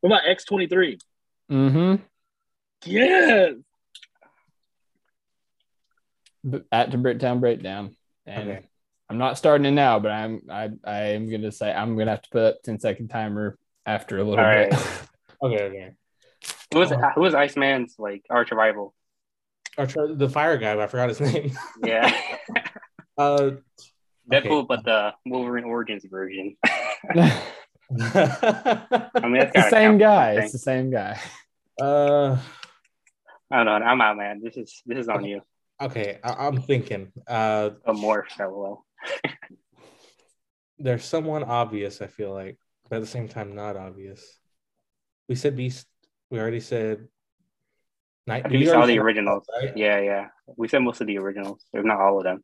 Speaker 4: What about X twenty three?
Speaker 2: Mm-hmm.
Speaker 4: Yes.
Speaker 2: Oh B- at the Bricktown breakdown, and
Speaker 6: Okay.
Speaker 2: I'm not starting it now, but I'm I I am gonna say I'm gonna have to put up 10 second timer after a little
Speaker 7: All right.
Speaker 2: bit.
Speaker 6: Okay, okay.
Speaker 7: who
Speaker 2: Oh.
Speaker 7: was who was Iceman's like arch rival?
Speaker 6: Or try- the fire guy, but I forgot his name.
Speaker 7: Yeah,
Speaker 6: Uh
Speaker 7: Deadpool, but the Wolverine Origins version.
Speaker 2: it's
Speaker 7: I mean,
Speaker 2: the
Speaker 7: that's gotta
Speaker 2: same
Speaker 7: count for
Speaker 2: guy.
Speaker 7: something.
Speaker 2: It's the same guy.
Speaker 6: uh
Speaker 7: I don't know. I'm out, man. This is this is on you.
Speaker 6: okay, I- I'm thinking. Uh
Speaker 7: A morph fellow.
Speaker 6: there's someone obvious, I feel like, but at the same time not obvious. We said Beast. We already said Night.
Speaker 7: I
Speaker 6: did
Speaker 7: think we saw
Speaker 6: already
Speaker 7: the
Speaker 6: say-
Speaker 7: originals.
Speaker 6: right?
Speaker 7: Yeah, yeah. We said most of the originals, if not all of them.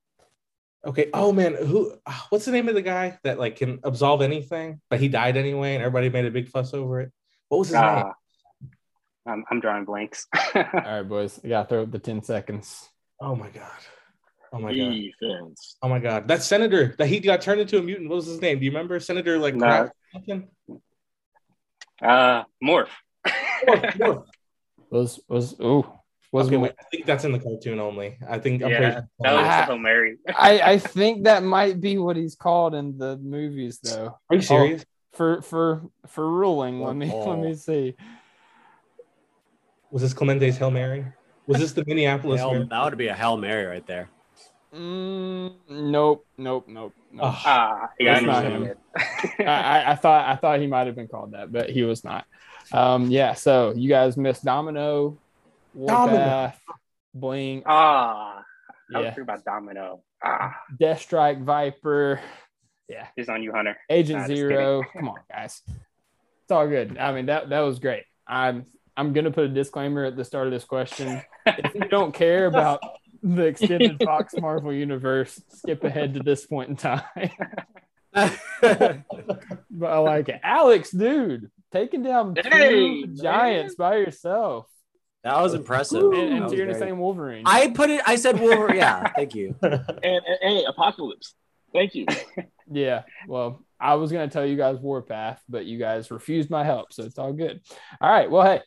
Speaker 6: Okay. Oh man, who? ah, What's the name of the guy that like can absolve anything, but he died anyway, and everybody made a big fuss over it. What was his name?
Speaker 7: Uh, I'm, I'm drawing blanks.
Speaker 2: All right, boys. I gotta throw up the 10 seconds.
Speaker 6: Oh my god. Oh my god.
Speaker 4: Defense.
Speaker 6: Oh my god. That senator that he got turned into a mutant. What was his name? Do you remember? Senator like
Speaker 7: No.
Speaker 6: Kraft or something?
Speaker 7: uh, morph.
Speaker 6: Morph, morph.
Speaker 2: Was was oh was
Speaker 6: Okay, wait, I think that's in the cartoon only. I think I'm
Speaker 7: Yeah,
Speaker 6: pretty sure.
Speaker 7: That was
Speaker 2: Ah.
Speaker 7: Hail Mary.
Speaker 2: I I think that might be what he's called in the movies though.
Speaker 6: Are you
Speaker 7: Oh.
Speaker 6: serious?
Speaker 2: For for for ruling, let me let
Speaker 6: Oh.
Speaker 2: me see.
Speaker 6: Was this Clemente's Hail Mary? Was this the Minneapolis?
Speaker 5: Hail-
Speaker 6: Mary?
Speaker 5: that would be a Hail Mary right there.
Speaker 2: Mm, nope, nope, nope. nope.
Speaker 6: Ugh.
Speaker 7: Ah, yeah, I
Speaker 2: That's not
Speaker 7: understand
Speaker 2: him.
Speaker 7: it.
Speaker 2: I, I- I thought I thought he might have been called that, but he was not. Um, yeah, so you guys missed Domino, Warpath, Bling,
Speaker 7: Ah, I was
Speaker 2: yeah,
Speaker 7: thinking about Domino. Ah,
Speaker 2: Death Strike, Viper, yeah,
Speaker 7: this is on you, Hunter.
Speaker 2: Agent
Speaker 7: Nah, just
Speaker 2: Zero. Come on, guys, it's all good. I mean that that was great. I'm I'm gonna put a disclaimer at the start of this question. If you don't care about the extended Fox Marvel universe, skip ahead to this point in time. But I like it. Alex, dude, taking down two
Speaker 7: Hey,
Speaker 2: giants by yourself.
Speaker 5: That was impressive.
Speaker 2: And,
Speaker 5: That
Speaker 2: and
Speaker 5: was
Speaker 2: you're the
Speaker 5: great.
Speaker 2: same Wolverine.
Speaker 5: I put it. I said Wolverine. yeah, thank you.
Speaker 4: And, and hey, Apocalypse. Thank you.
Speaker 2: yeah. Well, I was gonna tell you guys Warpath, but you guys refused my help, so it's all good. All right. Well, hey,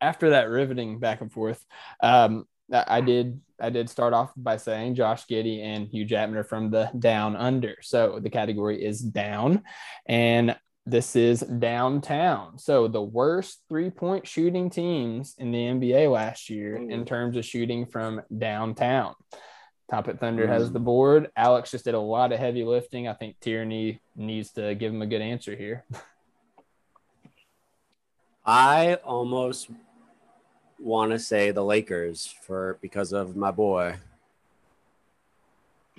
Speaker 2: after that riveting back and forth, um, I I did I did start off by saying Josh Giddy and Hugh Jackman are from the Down Under, so the category is down, and this is downtown. So the worst three point shooting teams in the NBA last year in terms of shooting from downtown. Top at Thunder
Speaker 4: Mm-hmm.
Speaker 2: has the board. Alex just did a lot of heavy lifting. I think Tierney needs to give him a good answer here.
Speaker 5: I almost want to say the Lakers for because of my boy.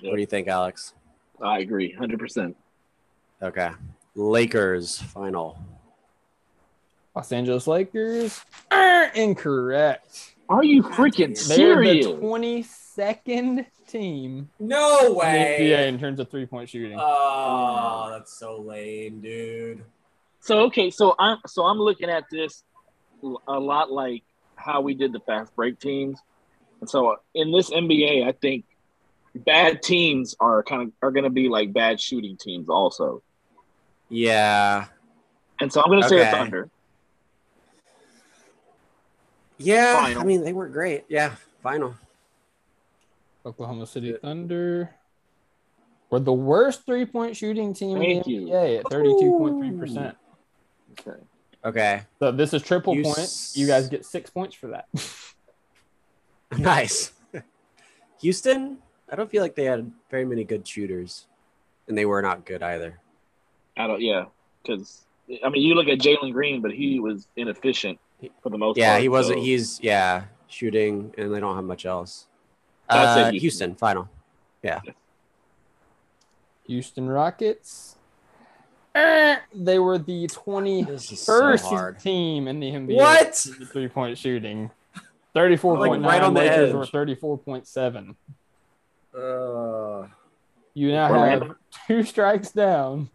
Speaker 5: What do you think, Alex?
Speaker 4: I agree, hundred percent.
Speaker 5: Okay, Lakers final.
Speaker 2: Los Angeles Lakers are incorrect.
Speaker 4: Are you freaking
Speaker 2: They're the
Speaker 4: serious?
Speaker 2: 22nd team in
Speaker 5: No
Speaker 2: the NBA in terms of three point shooting.
Speaker 4: Uh,
Speaker 5: Oh, that's so lame, dude.
Speaker 4: So okay, so I'm so I'm looking at this l- a lot like how we did the fast break teams, and so in this NBA, I think bad teams are kind of are going to be like bad shooting teams also,
Speaker 5: Yeah,
Speaker 4: and so I'm going to say
Speaker 5: Okay.
Speaker 4: the Thunder.
Speaker 5: yeah.
Speaker 4: Final.
Speaker 5: I mean, they weren't great. Yeah, final.
Speaker 2: Oklahoma City Thunder were the worst three point shooting team
Speaker 4: Thank
Speaker 2: in
Speaker 4: you.
Speaker 2: the NBA at 32.3%.
Speaker 4: Okay.
Speaker 5: Okay,
Speaker 2: So this is triple
Speaker 5: You
Speaker 2: points.
Speaker 5: s-
Speaker 2: You guys get six points for that.
Speaker 5: nice. Houston. I don't feel like they had very many good shooters, and they were not good either.
Speaker 4: I don't, yeah, because I mean, you look at Jalen Green, but he was inefficient for the most part.
Speaker 5: Yeah, he wasn't.
Speaker 4: so-
Speaker 5: He's yeah shooting, and they don't have much else.
Speaker 4: That's it,
Speaker 5: Uh,
Speaker 4: Houston.
Speaker 5: Houston final.
Speaker 2: Houston Rockets Eh, They were the 21st
Speaker 5: This is so hard.
Speaker 2: team in the NBA.
Speaker 5: What?
Speaker 2: Three point shooting. 34.9.
Speaker 5: Like, right on the
Speaker 2: Lakers
Speaker 5: edge.
Speaker 2: were 34.7.
Speaker 5: Uh,
Speaker 2: You now have
Speaker 4: Orlando.
Speaker 2: two strikes down.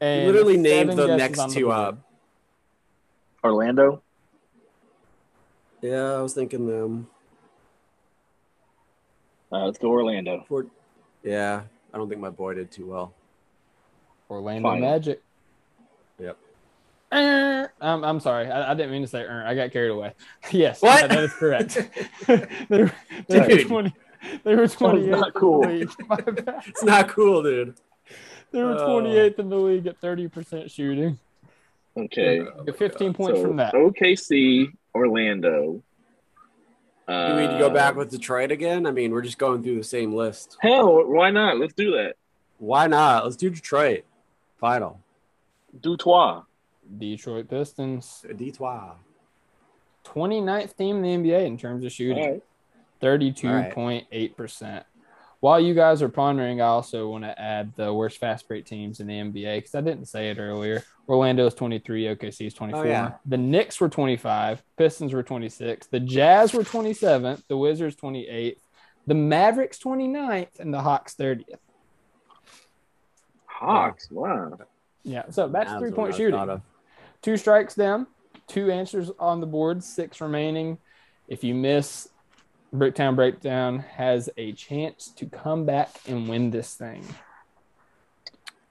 Speaker 2: And
Speaker 5: you literally named
Speaker 2: seven
Speaker 5: the
Speaker 2: guesses
Speaker 5: next
Speaker 2: on the
Speaker 5: two uh,
Speaker 2: board.
Speaker 5: up.
Speaker 4: Orlando.
Speaker 5: Yeah, I was thinking them.
Speaker 4: Uh, let's go Orlando.
Speaker 5: Four. Yeah, I don't think my boy did too well.
Speaker 2: Orlando
Speaker 4: Fine.
Speaker 2: Magic.
Speaker 5: Yep.
Speaker 2: Eh, I'm, I'm sorry. I, I didn't mean to say er. I got carried away. Yes.
Speaker 5: What?
Speaker 2: yeah, that is correct. they, were, they, were
Speaker 5: Dude.
Speaker 2: 20, they were 28th.
Speaker 4: not cool.
Speaker 2: In the league. My bad.
Speaker 5: It's not cool, dude.
Speaker 2: They were
Speaker 5: Oh.
Speaker 2: 28th in the league at 30% shooting.
Speaker 4: Okay.
Speaker 2: Get 15 points
Speaker 4: so
Speaker 2: from that.
Speaker 4: OKC, Orlando. Uh,
Speaker 5: Do we need to go back with Detroit again? I mean, we're just going through the same list.
Speaker 4: Hell, why not? Let's do that.
Speaker 5: Why not? Let's do Detroit. Final.
Speaker 4: Dutois.
Speaker 2: Detroit Pistons,
Speaker 5: Detroit.
Speaker 2: 29th team in the NBA in terms of shooting.
Speaker 4: All right.
Speaker 2: 32.8%. While you guys are pondering, I also want to add the worst fast break teams in the NBA because I didn't say it earlier. Orlando is 23, OKC is 24.
Speaker 5: Oh, yeah.
Speaker 2: The Knicks were 25, Pistons were 26, the Jazz were 27th, the Wizards 28th, the Mavericks 29th, and the Hawks 30th.
Speaker 4: Hawks. Wow.
Speaker 2: Yeah, so that's
Speaker 5: That was
Speaker 2: three
Speaker 5: what I
Speaker 2: point
Speaker 5: was thought
Speaker 2: shooting.
Speaker 5: of.
Speaker 2: Two strikes down, two answers on the board, six remaining. If you miss, Bricktown Breakdown has a chance to come back and win this thing.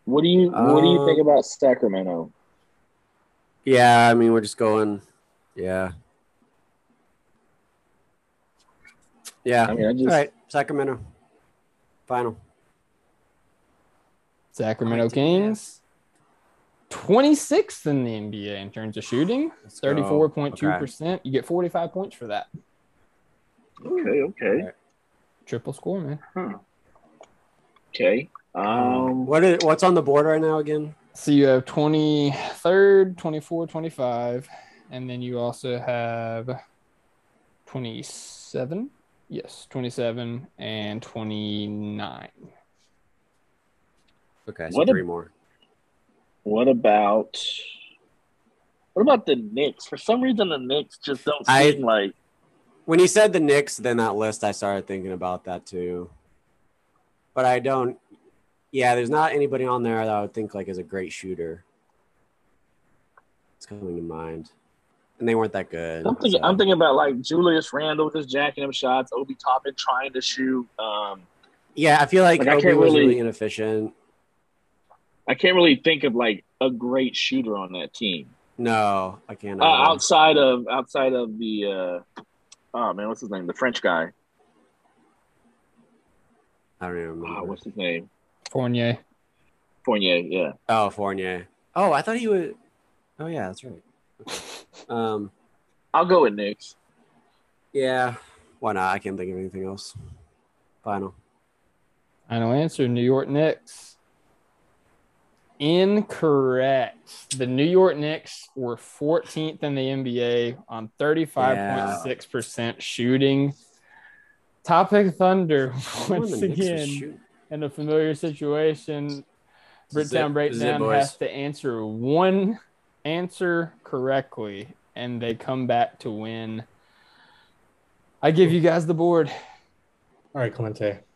Speaker 4: What do you What do you
Speaker 5: Um,
Speaker 4: think about Sacramento?
Speaker 5: Yeah, I mean, we're just going. Yeah. Yeah.
Speaker 4: I mean, I just
Speaker 5: All right. Sacramento. Final.
Speaker 2: Sacramento
Speaker 5: Great
Speaker 2: Kings, 26th in the NBA in terms of shooting,
Speaker 5: Let's go.
Speaker 2: 34.2%. You get 45 points for that.
Speaker 4: okay. Okay.
Speaker 2: Triple score, man.
Speaker 4: Okay.
Speaker 5: Um,
Speaker 4: Um.
Speaker 5: what is, what's on the board right now again?
Speaker 2: So you have 23rd, 24, 25, and then you also have 27. Yes, 27 and 29.
Speaker 5: Okay, so
Speaker 4: What a-
Speaker 5: three more.
Speaker 4: What about What about the Knicks? For some reason, the Knicks just don't seem
Speaker 5: I-
Speaker 4: like.
Speaker 5: When he said the Knicks, then that list, I started thinking about that too. But I don't. Yeah, there's not anybody on there that I would think like is a great shooter. It's coming to mind, and they weren't that good.
Speaker 4: I'm thinking,
Speaker 5: so-
Speaker 4: I'm thinking about like Julius Randle just jacking up shots, Obi Toppin trying to shoot. Um,
Speaker 5: yeah, I feel like,
Speaker 4: Like, I
Speaker 5: Obi
Speaker 4: can't
Speaker 5: was
Speaker 4: really-
Speaker 5: really inefficient.
Speaker 4: I can't really think of like a great shooter on that team
Speaker 5: No, I can't.
Speaker 4: uh,
Speaker 5: either.
Speaker 4: outside of outside of the. Uh, oh man, what's his name? The French guy.
Speaker 5: I don't even
Speaker 4: Oh,
Speaker 5: remember.
Speaker 4: what's his name?
Speaker 2: Fournier.
Speaker 4: Fournier. Yeah.
Speaker 5: Oh, Fournier. Oh, I thought he was. Oh yeah, that's right. Um,
Speaker 4: I'll go with Knicks.
Speaker 5: yeah. Why not? I can't think of anything else. Final.
Speaker 2: Final answer New York Knicks. Incorrect. The New York Knicks were 14th in the NBA on 35.6% shooting. Topic Thunder once
Speaker 5: Who are the Knicks
Speaker 2: again
Speaker 5: to shoot?
Speaker 2: in a familiar situation.
Speaker 5: This is
Speaker 2: Brittown
Speaker 5: it. This is it,
Speaker 2: Breakdown
Speaker 5: boys.
Speaker 2: has to answer one answer correctly, and they come back to win. I give you guys the board.
Speaker 6: All right, Clemente.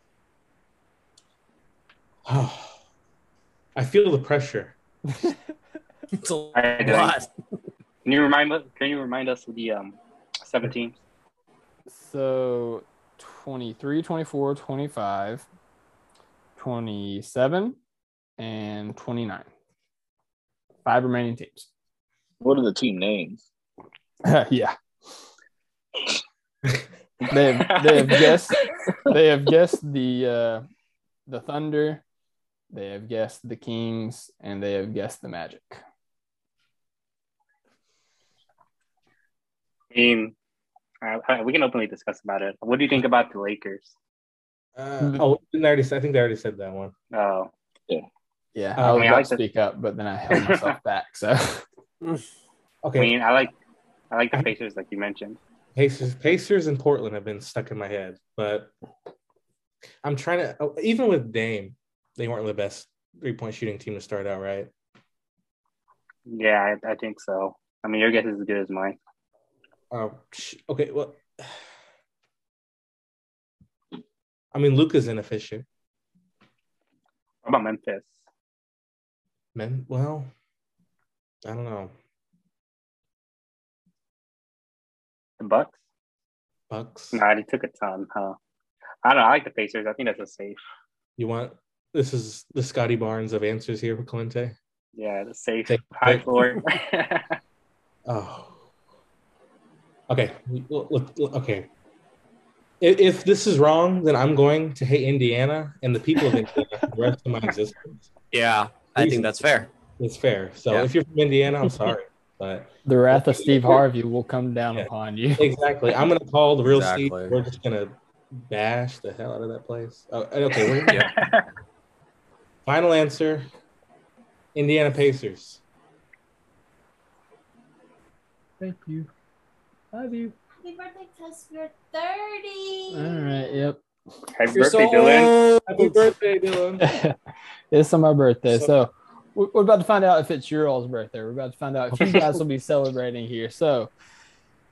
Speaker 6: I feel the pressure.
Speaker 5: It's a
Speaker 7: I do.
Speaker 5: lot.
Speaker 7: Can you remind us? Can you remind us of the um, seven teams?
Speaker 2: So 23, 24, 25, 27, and 29. Five remaining teams.
Speaker 4: What are the team names?
Speaker 2: yeah. they have, they have guessed they have guessed the uh, the Thunder, they have guessed the Kings, and they have guessed the Magic.
Speaker 7: I mean, uh, we can openly discuss about it. What do you think about the Lakers?
Speaker 6: Uh, oh, didn't I, already, I think they already said that one.
Speaker 7: Oh,
Speaker 2: Yeah, I was
Speaker 6: Uh,
Speaker 7: I mean, I
Speaker 2: about
Speaker 7: like
Speaker 2: to
Speaker 7: that-
Speaker 2: speak up, but then I held myself back. So
Speaker 7: I
Speaker 6: Okay,
Speaker 7: mean, I like, I like the Pacers, like you mentioned.
Speaker 6: Pacers, Pacers and Portland have been stuck in my head, but I'm trying to. oh, Even with Dame, they weren't the best three point shooting team to start out, right?
Speaker 7: Yeah, I, I think so. I mean, your guess is as good as mine.
Speaker 6: Um, sh- okay, well, I mean, Luca's inefficient.
Speaker 7: How about Memphis?
Speaker 6: Man, well, I don't know.
Speaker 7: The Bucks?
Speaker 6: Bucks.
Speaker 7: Nah, they took a ton, huh? I don't know. I like the Pacers. I think that's a safe.
Speaker 6: You want this is the Scotty Barnes of answers here for Clemente.
Speaker 7: Yeah, the safe
Speaker 6: Safe.
Speaker 7: high floor.
Speaker 6: Oh. Okay. Look, look, look, okay. If, if this is wrong, then I'm going to hate Indiana and the people of Indiana for the rest of my existence.
Speaker 5: Yeah, I think that's fair.
Speaker 6: It's fair. So
Speaker 5: Yeah.
Speaker 6: if you're from Indiana, I'm sorry. But
Speaker 2: The wrath of Steve Harvey will come down
Speaker 6: Yeah.
Speaker 2: upon you.
Speaker 6: exactly. I'm going to call the real
Speaker 5: Exactly.
Speaker 6: Steve. We're just going to bash the hell out of that place. Oh, okay. We're
Speaker 5: Yeah.
Speaker 6: Final answer Indiana Pacers.
Speaker 2: Thank you. Love you.
Speaker 10: Happy birthday, Tess. You're 30.
Speaker 2: All right. Yep.
Speaker 7: Happy birthday, Dylan.
Speaker 6: Happy birthday, Dylan.
Speaker 2: it's on my birthday.
Speaker 6: So-
Speaker 2: So, we- we're about to find out if it's your all's birthday. We're about to find out if you guys will be celebrating here. So,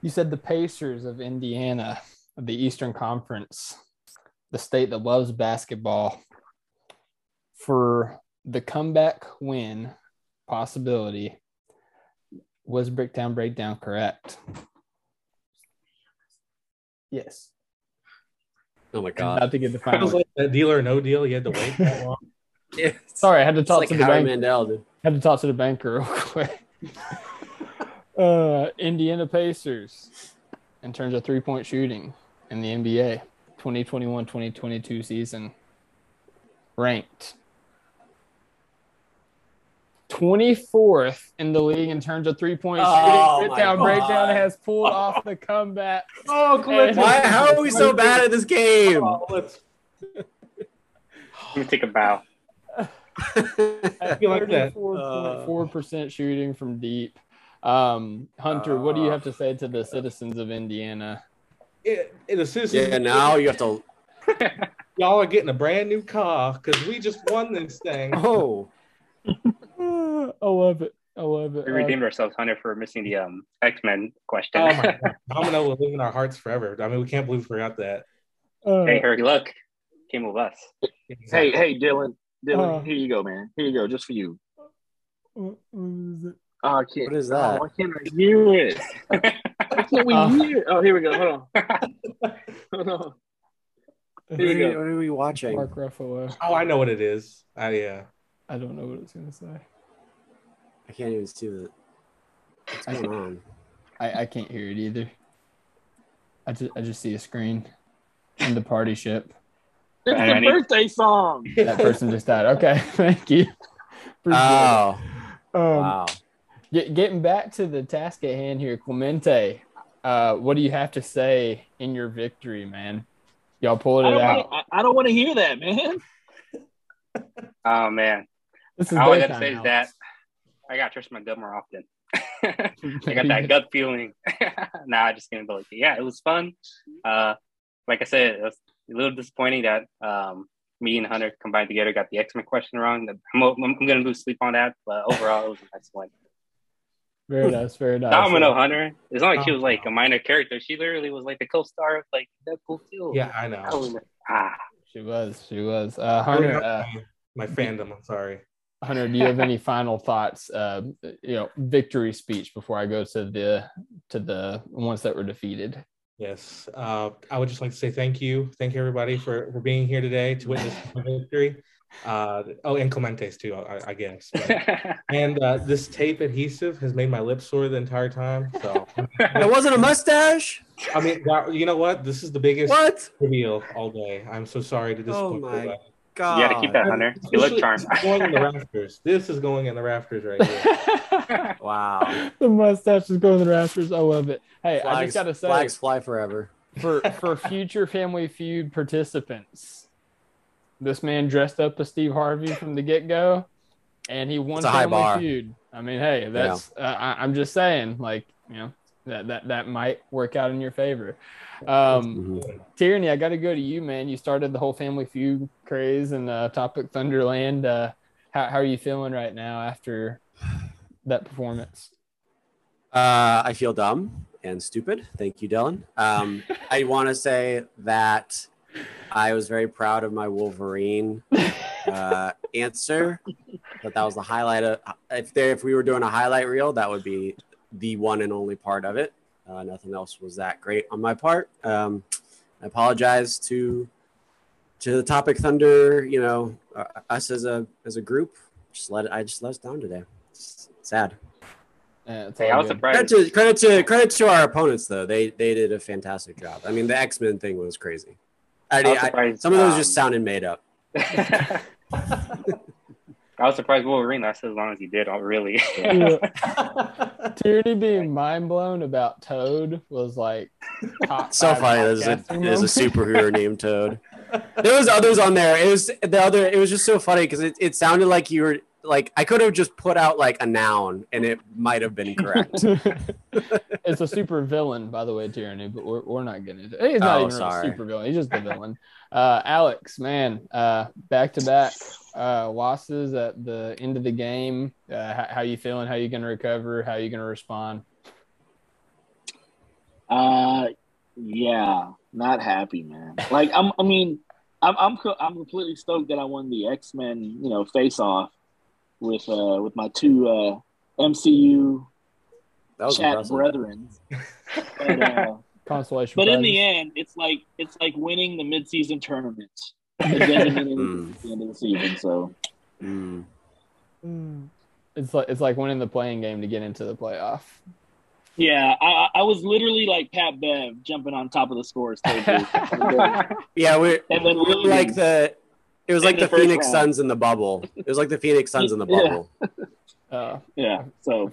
Speaker 2: you said the Pacers of Indiana, of the Eastern Conference, the state that loves basketball, for the comeback win possibility. Was Bricktown Breakdown correct? Yes.
Speaker 5: Oh my
Speaker 2: I'm
Speaker 5: god.
Speaker 2: about to get the
Speaker 6: I was
Speaker 2: final.
Speaker 6: like, that deal or no deal. You had to wait that long.
Speaker 5: Yeah, it's-
Speaker 2: Sorry, I had to
Speaker 5: it's
Speaker 2: talk
Speaker 5: like
Speaker 2: to the
Speaker 5: Howie
Speaker 2: bank.
Speaker 5: Mandel, dude.
Speaker 2: Had to talk to the banker real quick. uh, Indiana Pacers, in terms of three point shooting in the NBA 2021 2022 season, ranked 24th in the league in terms of three point
Speaker 5: Oh,
Speaker 2: shooting.
Speaker 5: my
Speaker 2: Breakdown,
Speaker 5: God.
Speaker 2: breakdown has pulled off the comeback.
Speaker 6: Oh,
Speaker 2: Clint.
Speaker 5: Why? How are we so bad at this game?
Speaker 6: Oh, let's
Speaker 7: Let me take a bow.
Speaker 6: You like that?
Speaker 2: 34.4% shooting from deep. Um, Hunter, what
Speaker 5: Ah.
Speaker 2: do you have to say to the citizens of Indiana?
Speaker 6: it, it, the citizens,
Speaker 5: yeah, now you have to.
Speaker 6: y'all are getting a brand new car because we just won this thing.
Speaker 5: Oh,
Speaker 2: I love it. I love it.
Speaker 7: We
Speaker 2: Uh,
Speaker 7: redeemed ourselves, Hunter, for missing the um, X Men question.
Speaker 6: Oh my god, Domino will live in our hearts forever. I mean, we can't believe we forgot that.
Speaker 2: uh,
Speaker 7: hey, Hurry, look. Came with us.
Speaker 4: Hey, hey, Dylan,
Speaker 2: Uh.
Speaker 4: Dylan, here you go, man. Here you go, just for you.
Speaker 2: what- what is it?
Speaker 4: Oh, I can't.
Speaker 5: What is that?
Speaker 4: Oh, why can't I hear it? why can't we
Speaker 2: Uh.
Speaker 4: hear it? Oh, here we go. Hold on. Hold on. Here
Speaker 5: what are,
Speaker 4: we
Speaker 5: we,
Speaker 4: go.
Speaker 5: what are we watching?
Speaker 2: Mark Ruffalo.
Speaker 6: Oh, I know what it is. I uh,
Speaker 2: I don't know what it's gonna say.
Speaker 5: I can't even see the. What's
Speaker 2: I-
Speaker 5: going on?
Speaker 2: I, I can't hear it either. I just I just see a screen and the party ship.
Speaker 4: It's
Speaker 7: I
Speaker 4: the
Speaker 7: need-
Speaker 4: birthday song.
Speaker 2: That person just died. Okay, thank you. Appreciate it.
Speaker 5: Oh,
Speaker 2: Um,
Speaker 5: wow.
Speaker 2: Get, getting back to the task at hand here, Clemente. Uh, what do you have to say in your victory, man? Y'all pulled
Speaker 4: I
Speaker 2: it
Speaker 4: don't,
Speaker 2: out.
Speaker 4: wanna, I, I don't want to hear that, man.
Speaker 7: Oh, man.
Speaker 2: this is
Speaker 7: All I got to
Speaker 2: daytime
Speaker 7: say is
Speaker 2: hours.
Speaker 7: that I got to trust my gut more often. I got that gut feeling. nah, I just kidding. But like, yeah, it was fun. Uh, like I said, it was a little disappointing that um, me and Hunter combined together got the X Men question wrong. I'm, I'm, I'm gonna lose sleep on that, but overall, it was a nice one.
Speaker 2: Very nice, very nice.
Speaker 7: Domino Hunter. It's not like she was like a
Speaker 6: Domino.
Speaker 7: minor character. She literally was like the co-star of like Deadpool too.
Speaker 6: yeah, I
Speaker 7: I was
Speaker 6: know.
Speaker 7: like, ah,
Speaker 2: She was, she was. Uh, Hunter, uh,
Speaker 6: My fandom. I'm sorry.
Speaker 2: Hunter, do you have any final thoughts? Uh, you know, victory speech before I go to the to the ones that were defeated.
Speaker 6: Yes, uh, I would just like to say thank you, thank you everybody for, for being here today to witness my victory. Uh, oh, and Clemente's too, I, I guess. But- and uh, this tape adhesive has made my lips sore the entire time. So
Speaker 5: It wasn't a mustache.
Speaker 6: I mean, wow, you know what? This is the biggest
Speaker 5: What?
Speaker 6: reveal all day. I'm so sorry to
Speaker 5: Oh
Speaker 6: disappoint
Speaker 5: my
Speaker 6: you.
Speaker 5: God.
Speaker 7: you got to keep that Hunter. You look charmed.
Speaker 6: This is going in the rafters. This is going in the rafters right here.
Speaker 2: the
Speaker 5: Wow.
Speaker 2: mustache is going to the rafters. I love it. Hey, I
Speaker 5: Flags,
Speaker 2: just gotta say
Speaker 5: flags fly forever.
Speaker 2: for for future Family Feud participants, this man dressed up as Steve Harvey from the get go, and he won
Speaker 5: It's a high
Speaker 2: Family
Speaker 5: bar.
Speaker 2: Feud. I mean, hey, that's uh, I, I'm just saying, like you know, that that that might work out in your favor.
Speaker 5: Mm-hmm.
Speaker 2: Um, Tyranny, I got to go to you, man. You started the whole Family Feud craze and uh, Topic Thunderland. Uh, How, how are you feeling right now after that performance?
Speaker 5: Uh, I feel dumb and stupid. Thank you, Dylan. Um, I want to say that I was very proud of my Wolverine uh, answer. That that was the highlight of. If there, if we were doing a highlight reel, that would be the one and only part of it. Uh, nothing else was that great on my part. Um, I apologize to to the topic thunder. You know, uh, us as a as a group, just let I just let us down today. It's sad.
Speaker 2: Yeah, Uh, it's
Speaker 7: Hey,
Speaker 2: all
Speaker 7: I was
Speaker 2: good.
Speaker 7: surprised.
Speaker 5: Credit to credit to credit to our opponents though. They they did a fantastic job. I mean, the X Men thing was crazy. I,
Speaker 7: I was
Speaker 5: I-
Speaker 7: surprised,
Speaker 5: some of those
Speaker 7: um,
Speaker 5: just sounded made up.
Speaker 7: I was surprised Wolverine lasted as long as he did. Oh, really?
Speaker 2: Tierney being mind blown about Toad was like top
Speaker 5: So
Speaker 2: five
Speaker 5: funny. There's a
Speaker 2: podcasting
Speaker 5: there's a
Speaker 2: moment.
Speaker 5: superhero named Toad. There was others on there. It was the other. It was just so funny because it, it sounded like you were like I could have just put out like a noun and it might have been correct.
Speaker 2: it's a super villain, by the way, Tyranny, but we're, we're not getting into it. He's not
Speaker 5: Oh,
Speaker 2: even
Speaker 5: sorry.
Speaker 2: a super villain. He's just a villain. Uh, Alex, man, uh, back to back uh, losses at the end of the game. Uh, how, how you feeling? How you going to recover? How you going to respond?
Speaker 4: Uh, yeah, not happy, man. Like I'm, I mean, I'm, I'm, co- I'm completely stoked that I won the X Men, you know, face off with, uh, with my two uh, MCU
Speaker 5: That was
Speaker 4: chat
Speaker 5: impressive.
Speaker 4: brethren. But, uh,
Speaker 2: Consolation.
Speaker 4: but in
Speaker 2: prizes.
Speaker 4: the end, it's like it's like winning the midseason tournament. It doesn't mean anything
Speaker 5: Mm,
Speaker 4: at the end of the season, so
Speaker 5: mm.
Speaker 2: it's like it's like winning the playing game to get into the playoff.
Speaker 4: yeah, I, I- I was literally like Pat Bev jumping on top of the scores table,
Speaker 5: Yeah, we
Speaker 4: and then
Speaker 5: we were like the. It was
Speaker 4: In
Speaker 5: like
Speaker 4: the
Speaker 5: the,
Speaker 4: first
Speaker 5: Phoenix
Speaker 4: round.
Speaker 5: Suns in the bubble. It was like the Phoenix Suns in the
Speaker 4: Yeah.
Speaker 5: bubble.
Speaker 2: Uh,
Speaker 4: yeah. So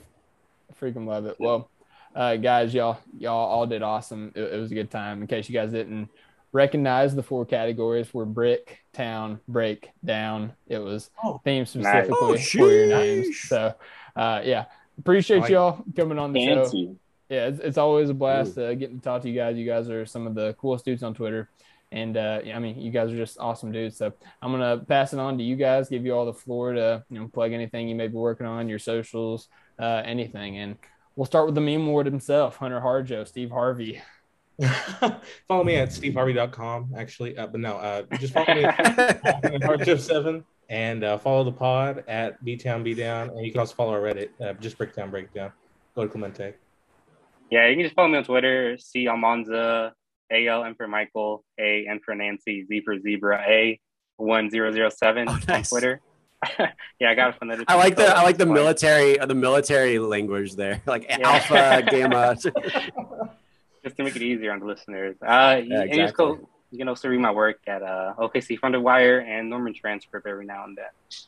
Speaker 2: I freaking love it. Well, uh, guys, y'all, y'all all did awesome. It, it was a good time. In case you guys didn't recognize, the four categories were brick, town, break, down. It was
Speaker 6: Oh.
Speaker 2: themed
Speaker 7: Nice.
Speaker 2: specifically
Speaker 5: Oh,
Speaker 2: for your names.
Speaker 5: sheesh.
Speaker 2: So, uh, yeah, appreciate
Speaker 6: Like-
Speaker 2: y'all coming on the show
Speaker 4: fancy.
Speaker 2: yeah, it's, it's always a blast uh, getting to talk to you guys. You guys are some of the coolest dudes on Twitter. And uh, yeah, I mean, you guys are just awesome dudes. So I'm gonna pass it on to you guys. Give you all the floor to you know plug anything you may be working on, your socials, uh, anything. And we'll start with the meme lord himself, Hunter Harjo, Steve Harvey.
Speaker 6: follow me at steveharvey.com, actually. Uh, but no, uh, just follow me at Hardship7 and uh, follow the pod at BTown BDown. And you can also follow our Reddit, uh, just Breakdown Breakdown. Go to Clemente.
Speaker 7: yeah, you can just follow me on Twitter. C Almanza, A L M for Michael, A N for Nancy, Z for Zebra, A one zero zero seven
Speaker 5: Oh,
Speaker 7: on
Speaker 5: nice.
Speaker 7: Twitter. yeah, I got it from the.
Speaker 5: I like the I like the military uh, the military language there, like
Speaker 7: Yeah.
Speaker 5: alpha, gamma.
Speaker 7: just to make it easier on the listeners. Uh, you,
Speaker 5: Yeah,
Speaker 7: and you just
Speaker 5: exactly.
Speaker 7: go. You can also read my work at uh, OKC Funder Wire and Norman Transcript every now and then.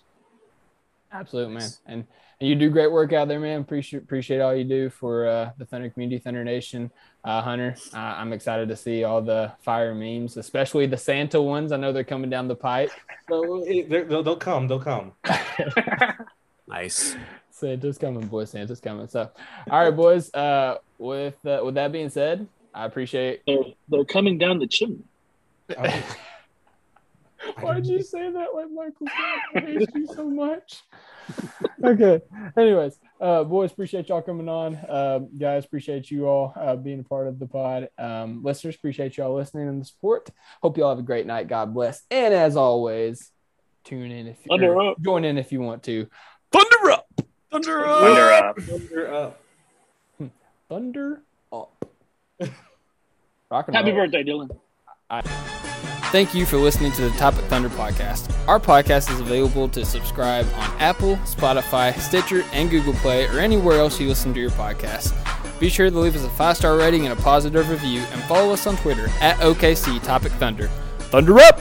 Speaker 2: Absolutely, man.
Speaker 5: Nice.
Speaker 2: And, and you do great work out there, man. Appreciate appreciate all you do for uh, the Thunder community, Thunder Nation. Uh, Hunter, uh, I'm excited to see all the fire memes, especially the Santa ones. I know they're coming down the pipe.
Speaker 6: No, it- they're- they'll, they'll come. They'll come.
Speaker 5: nice.
Speaker 2: Santa's coming, boys. Santa's coming. So, all right, boys. Uh, with uh, with that being said, I appreciate.
Speaker 4: They're they're coming down the chimney.
Speaker 6: I-
Speaker 2: Why'd you say that like Michael? Jackson? I hate you so much. Okay. Anyways, uh, boys, appreciate y'all coming on. Uh, guys, appreciate you all uh, being a part of the pod. Um, listeners, appreciate y'all listening and the support. Hope y'all have a great night. God bless. And as always, tune in if
Speaker 4: Thunder
Speaker 2: or
Speaker 4: up.
Speaker 2: join in if you want to.
Speaker 1: Thunder up!
Speaker 5: Thunder
Speaker 7: Wonder up.
Speaker 6: You're up.
Speaker 2: Thunder up. Rock and
Speaker 4: Happy
Speaker 2: roll.
Speaker 4: birthday, Dylan.
Speaker 11: Thank you for listening to the Topic Thunder podcast. Our podcast is available to subscribe on Apple, Spotify, Stitcher, and Google Play, or anywhere else you listen to your podcast. Be sure to leave us a five star rating and a positive review, and follow us on Twitter at OKC Topic Thunder. Thunder up!